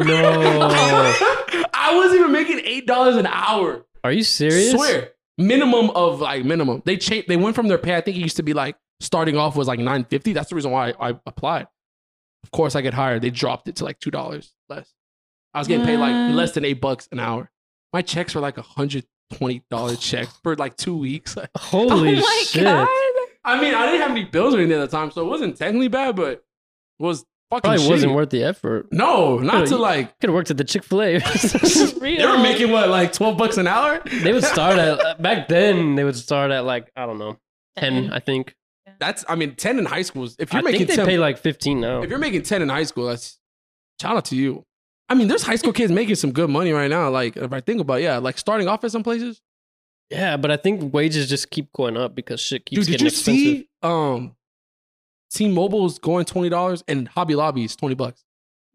Speaker 1: I wasn't even making eight dollars an hour.
Speaker 2: Are you serious?
Speaker 1: Swear, minimum of like minimum. They changed. They went from their pay. I think it used to be like starting off was like nine fifty. That's the reason why I, I applied. Of course, I get hired. They dropped it to like two dollars less. I was getting paid like
Speaker 3: What?
Speaker 1: less than eight bucks an hour. My checks were like a hundred twenty dollar checks for like two weeks.
Speaker 2: Holy
Speaker 3: oh my
Speaker 2: shit.
Speaker 3: god!
Speaker 1: I mean, I didn't have any bills or anything at the time, so it wasn't technically bad, but it was fucking
Speaker 2: Probably
Speaker 1: shitty.
Speaker 2: wasn't worth the effort.
Speaker 1: No, not to like.
Speaker 2: Could have worked at the Chick Fil A.
Speaker 3: For
Speaker 1: They were
Speaker 3: real.
Speaker 1: making what, like twelve bucks an hour?
Speaker 2: they would start at uh, back then. They would start at like I don't know ten, I think.
Speaker 1: That's, I mean, ten in high school. is- If you're
Speaker 2: I
Speaker 1: making
Speaker 2: think they
Speaker 1: ten,
Speaker 2: pay like fifteen now.
Speaker 1: if you're making ten in high school, that's shout out to you. I mean, there's high school kids making some good money right now. Like if I think about, it, yeah, like starting off at some places.
Speaker 2: Yeah, but I think wages just keep going up because shit
Speaker 1: Dude,
Speaker 2: keeps
Speaker 1: did
Speaker 2: getting
Speaker 1: you
Speaker 2: expensive.
Speaker 1: see? Um, T-Mobile's going twenty dollars and Hobby Lobby's twenty bucks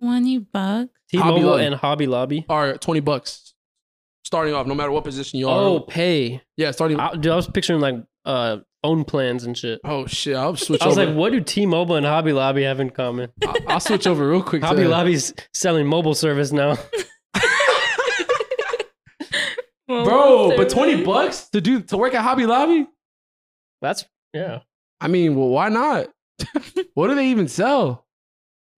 Speaker 3: Twenty bucks.
Speaker 1: Hobby
Speaker 2: T-Mobile
Speaker 1: Lobby. Oh,
Speaker 2: and Hobby Lobby.
Speaker 1: or twenty bucks starting off, no matter what position you are.
Speaker 2: Oh, pay.
Speaker 1: yeah, starting.
Speaker 2: I, dude, I was picturing like uh phone plans and shit.
Speaker 1: Oh shit! I'll switch
Speaker 2: I was
Speaker 1: over.
Speaker 2: like, what do T-Mobile and Hobby Lobby have in common?
Speaker 1: I- I'll switch over real quick. to-
Speaker 2: Hobby Lobby's selling mobile service now.
Speaker 1: bro. But twenty bucks to do to work at Hobby Lobby?
Speaker 2: That's yeah.
Speaker 1: I mean, well, why not? what do they even sell?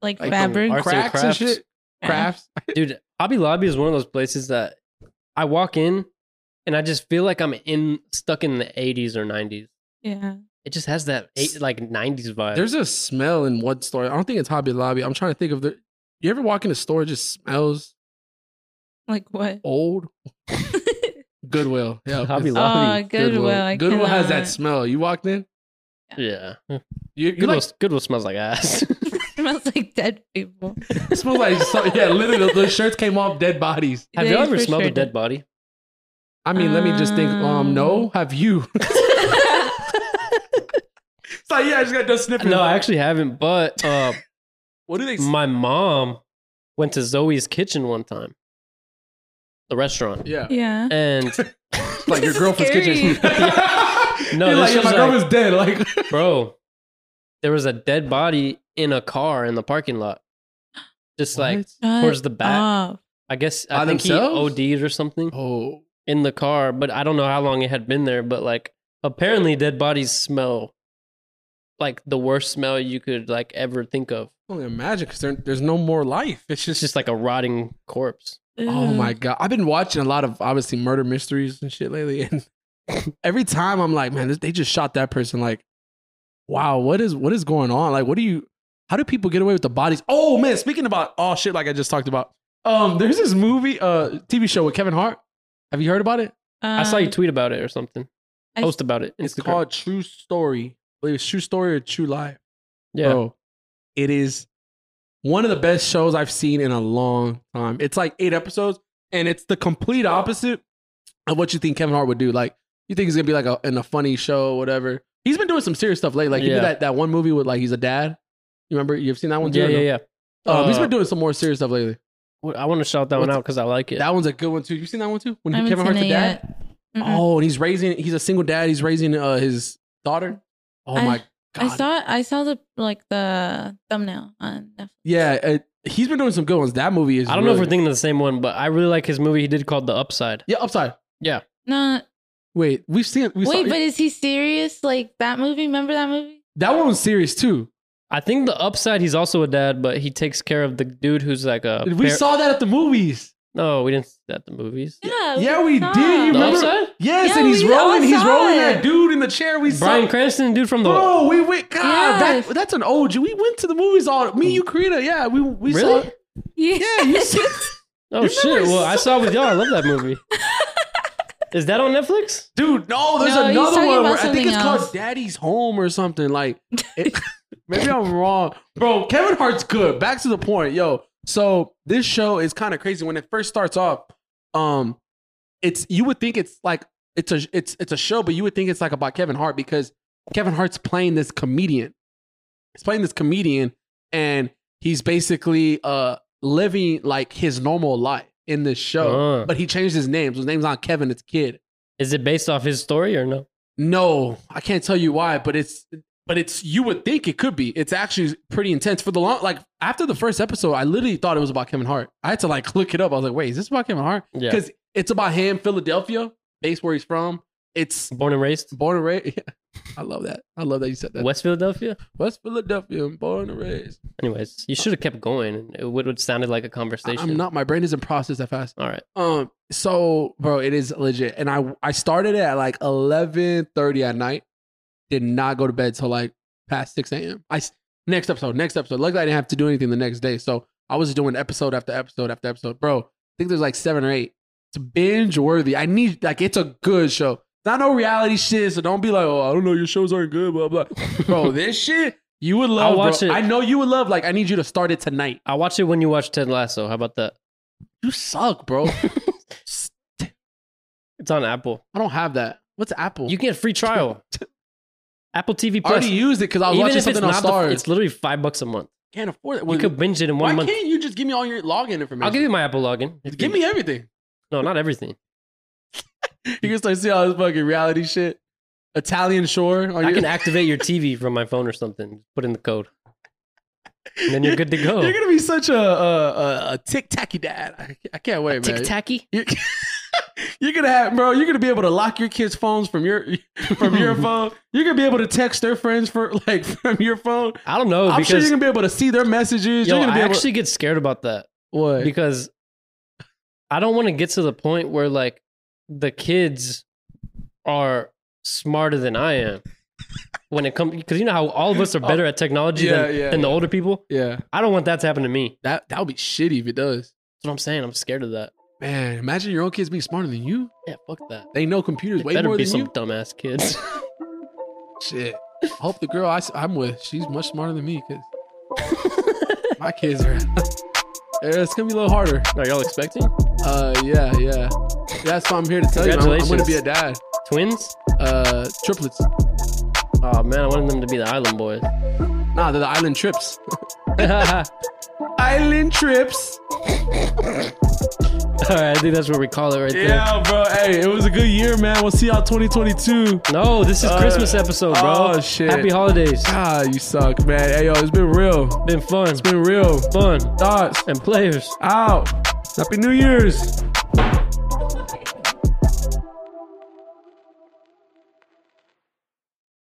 Speaker 3: like,
Speaker 1: Like,
Speaker 3: fabric.
Speaker 2: Arts and
Speaker 1: Cracks and
Speaker 2: crafts.
Speaker 1: shit. Crafts.
Speaker 2: Dude, Hobby Lobby is one of those places that I walk in and I just feel like I'm in stuck in the 80s or 90s.
Speaker 3: yeah.
Speaker 2: It just has that eight, like 90s vibe.
Speaker 1: There's a smell in one store. I don't think it's Hobby Lobby. I'm trying to think of the. You ever walk in a store it just smells
Speaker 3: Like what?
Speaker 1: old? Goodwill. Yeah.
Speaker 2: Hobby
Speaker 1: it's-
Speaker 2: Lobby.
Speaker 3: Oh, Goodwill. I
Speaker 1: Goodwill has that
Speaker 3: cannot.
Speaker 1: smell. You walked in.
Speaker 2: yeah.
Speaker 1: You, you're
Speaker 2: Goodwill,
Speaker 1: like,
Speaker 2: Goodwill smells like ass.
Speaker 3: smells like dead people.
Speaker 1: It smells like so, yeah, literally the shirts came off dead bodies.
Speaker 2: Have you
Speaker 3: Yeah,
Speaker 2: ever
Speaker 3: for
Speaker 2: smelled
Speaker 3: sure.
Speaker 2: a dead body?
Speaker 1: I mean, let me just think. Um,
Speaker 3: Um.
Speaker 1: no, have you? it's like yeah, I just got done sniffing.
Speaker 2: No, I actually haven't. But uh,
Speaker 1: What do they? s-
Speaker 2: my mom went to Zoe's kitchen one time, the restaurant,
Speaker 1: Yeah,
Speaker 3: yeah.
Speaker 2: and
Speaker 1: like your
Speaker 3: This is
Speaker 1: girlfriend's kitchen.
Speaker 2: No,
Speaker 1: You're
Speaker 2: this
Speaker 1: like yeah,
Speaker 2: was
Speaker 1: my
Speaker 2: like-
Speaker 1: girlfriend's dead. Like
Speaker 2: bro, there was a dead body in a car in the parking lot, just like towards the back.
Speaker 3: Oh,
Speaker 2: I guess
Speaker 1: By
Speaker 2: I think
Speaker 1: themselves?
Speaker 2: he OD'd or something
Speaker 1: oh,
Speaker 2: in the car, but I don't know how long it had been there. But like, apparently, dead bodies smell like the worst smell you could like ever think of.
Speaker 1: I can only imagine because there's no more life. It's
Speaker 2: It's
Speaker 1: just
Speaker 2: just like a rotting corpse.
Speaker 1: Oh my god! I've been watching a lot of obviously murder mysteries and shit lately, and every time I'm like, man, this, they just shot that person. Like, wow, what is what is going on? Like, what do you? How do people get away with the bodies? Oh man, speaking about all shit like I just talked about. Um, there's this movie, uh, TV show with Kevin Hart. Have you heard about it?
Speaker 2: I
Speaker 3: Um,
Speaker 2: saw you tweet about it or something.
Speaker 3: I-
Speaker 2: Post about it.
Speaker 1: It's
Speaker 2: Instagram.
Speaker 1: called True Story. I believe it's True Story or True Life.
Speaker 2: yeah.
Speaker 1: Bro, it is one of the best shows I've seen in a long time. It's like eight episodes, and it's the complete opposite of what you think Kevin Hart would do. Like, you think he's gonna be like a, in a funny show, whatever. He's been doing some serious stuff lately. Like, he
Speaker 2: Yeah.
Speaker 1: did that, that one movie with like he's a dad. You remember? You've seen that one? too,
Speaker 2: yeah,
Speaker 1: or no?
Speaker 2: yeah, yeah.
Speaker 1: Um, he's
Speaker 2: Uh,
Speaker 1: been doing some more serious stuff lately.
Speaker 2: Wh- I want to shout that one
Speaker 1: What's-
Speaker 2: out because I like it.
Speaker 1: That one's a good one too. You've seen that one too? When
Speaker 3: I haven't
Speaker 1: Kevin Hart's a
Speaker 3: seen it
Speaker 1: dad.
Speaker 3: yet. Mm-mm.
Speaker 1: Oh, and he's raising. He's a single dad. He's raising uh, his daughter. Oh
Speaker 3: I-
Speaker 1: my god!
Speaker 3: I saw I saw the like the thumbnail on Netflix.
Speaker 1: Yeah, uh, he's been doing some good ones. That movie is.
Speaker 2: I don't know if
Speaker 1: really-
Speaker 2: we're thinking of the same one, but I really like his movie he did called The Upside.
Speaker 1: Yeah, upside.
Speaker 3: No,
Speaker 1: Wait, we've seen. We
Speaker 3: wait,
Speaker 1: saw,
Speaker 3: but is he serious? Like that movie? Remember that movie?
Speaker 1: that one was serious too.
Speaker 2: I think The Upside, he's also a dad, but he takes care of the dude who's like a.
Speaker 1: we
Speaker 2: par-
Speaker 1: saw that at the movies.
Speaker 2: No, we didn't see that at the movies.
Speaker 3: Yeah,
Speaker 1: Yeah, we
Speaker 3: Oh, saw.
Speaker 1: did. You
Speaker 2: The
Speaker 1: remember?
Speaker 2: Upside?
Speaker 1: Yes,
Speaker 3: Yeah,
Speaker 1: and he's
Speaker 3: we
Speaker 1: rolling.
Speaker 3: all
Speaker 1: He's
Speaker 3: saw
Speaker 1: rolling
Speaker 3: it.
Speaker 1: that dude in the chair. We
Speaker 2: Brian
Speaker 1: saw.
Speaker 2: Cranston, dude from the.
Speaker 1: Bro, we went. God,
Speaker 3: Yes.
Speaker 1: that, that's an OG. We went to the movies all. Me, you, Karina. Yeah, we we
Speaker 2: Mm. Really?
Speaker 1: saw.
Speaker 3: Yeah,
Speaker 1: Yeah, you see.
Speaker 2: oh
Speaker 1: you
Speaker 2: shit!
Speaker 1: remember
Speaker 2: Well, I
Speaker 1: so-
Speaker 2: saw it with y'all. I love that movie. Is that on Netflix?
Speaker 1: Dude, no, there's
Speaker 3: No, he's
Speaker 1: another
Speaker 3: talking
Speaker 1: one.
Speaker 3: about
Speaker 1: Where I think
Speaker 3: something
Speaker 1: it's
Speaker 3: else.
Speaker 1: called Daddy's Home or something. Like, it- maybe I'm wrong, bro. Kevin Hart's good. Back to the point, yo. So this show is kind of crazy. When it first starts off, um, it's you would think it's like it's a it's it's a show, but you would think it's like about Kevin Hart because Kevin Hart's playing this comedian. He's playing this comedian, and he's basically uh living like his normal life in this show.
Speaker 2: Uh,
Speaker 1: But he changed his name. So his name's not Kevin. It's Kid.
Speaker 2: is it based off his story or no?
Speaker 1: No, I can't tell you why, but it's but it's you would think it could be. It's actually pretty intense for the long like after the first episode, I literally thought it was about Kevin Hart. I had to like look it up. I was like, wait, is this about Kevin Hart?
Speaker 2: Yeah.
Speaker 1: Because it's about him, Philadelphia, base where he's from. It's
Speaker 2: Born and raised
Speaker 1: born and raised. I love that. I love that you said that.
Speaker 2: West Philadelphia.
Speaker 1: West Philadelphia, born and raised.
Speaker 2: Anyways, you should have kept going. and It would have sounded like a
Speaker 1: I-
Speaker 2: conversation.
Speaker 1: I'm not. My brain isn't processed that fast.
Speaker 2: All right.
Speaker 1: Um. So, bro, it is legit. And I I started it at like eleven thirty at night. Did not go to bed till like past six a.m. I s- next episode, next episode. Luckily, I didn't have to do anything the next day, so I was doing episode after episode after episode. Bro, I think there's like seven or eight. It's binge worthy. I need like it's a good show. It's not no reality shit. So don't be like, oh, I don't know, your shows aren't good, blah blah. Bro, this shit you would love.
Speaker 2: I'll watch
Speaker 1: bro.
Speaker 2: it.
Speaker 1: I know you would love. Like, I need you to start it tonight.
Speaker 2: I watch it when you watch Ted Lasso. How about that?
Speaker 1: You suck, bro. S-
Speaker 2: It's on Apple.
Speaker 1: I don't have that. What's Apple?
Speaker 2: You can get a free trial. Apple TV
Speaker 1: I
Speaker 2: Plus.
Speaker 1: already used it because I was watching something on
Speaker 2: not the-
Speaker 1: Stars.
Speaker 2: it's literally five bucks a month.
Speaker 1: can't afford it.
Speaker 2: You could binge it in
Speaker 1: why
Speaker 2: one month.
Speaker 1: can't you just give me all your login information?
Speaker 2: I'll give you my Apple login. if
Speaker 1: give
Speaker 2: you-
Speaker 1: me everything.
Speaker 2: no, not everything.
Speaker 1: You can start seeing all this fucking reality shit. Italian Shore. On
Speaker 2: I
Speaker 1: your,
Speaker 2: can activate your TV from my phone or something. Put in the code, and then you're good to go.
Speaker 1: You're gonna be such a a, a, a tic tacky dad. I, I can't wait, man.
Speaker 2: Tic tacky.
Speaker 1: You're, you're gonna have, bro. You're gonna be able to lock your kids' phones from your from your phone. You're gonna be able to text their friends for like from your phone.
Speaker 2: I don't
Speaker 1: I'm
Speaker 2: know
Speaker 1: sure
Speaker 2: Oh, because
Speaker 1: you're gonna be able to see their messages.
Speaker 2: yo,
Speaker 1: you're gonna
Speaker 2: I
Speaker 1: be able
Speaker 2: actually get scared about that
Speaker 1: what?
Speaker 2: because I don't want to get to the point where like the kids are smarter than I am when it comes because you know how all of us are better at technology
Speaker 1: Oh, Yeah,
Speaker 2: than,
Speaker 1: yeah,
Speaker 2: than the
Speaker 1: yeah.
Speaker 2: older people.
Speaker 1: yeah,
Speaker 2: I don't want that to happen to me.
Speaker 1: that that would be shitty if it does.
Speaker 2: That's what I'm saying. I'm scared of that.
Speaker 1: Man, imagine your own kids being smarter than you.
Speaker 2: Yeah, fuck that.
Speaker 1: They know computers way
Speaker 2: Better
Speaker 1: more
Speaker 2: be
Speaker 1: than
Speaker 2: some
Speaker 1: you.
Speaker 2: dumbass kids.
Speaker 1: Shit. I hope the girl I, am with, she's much smarter than me because My kids are. Yeah, It's gonna be a little harder.
Speaker 2: Are y'all expecting
Speaker 1: Uh, yeah, yeah. That's why I'm here to tell you. I'm, I'm gonna be a dad.
Speaker 2: twins?
Speaker 1: Uh, triplets.
Speaker 2: Oh man, I wanted them to be the island boys.
Speaker 1: Nah, they're the island trips.
Speaker 2: All
Speaker 1: Island trips.
Speaker 2: right, I think that's what we call it right there.
Speaker 1: Yeah, bro. Hey, it was a good year, man. We'll see y'all 2022.
Speaker 2: No, this is
Speaker 1: Uh,
Speaker 2: Christmas episode, bro.
Speaker 1: oh, shit.
Speaker 2: Happy holidays.
Speaker 1: Ah, you suck, man. Hey, yo, it's been real.
Speaker 2: Been fun,
Speaker 1: Been real.
Speaker 2: fun,
Speaker 1: Thoughts
Speaker 2: and players.
Speaker 1: out. Happy New Year's.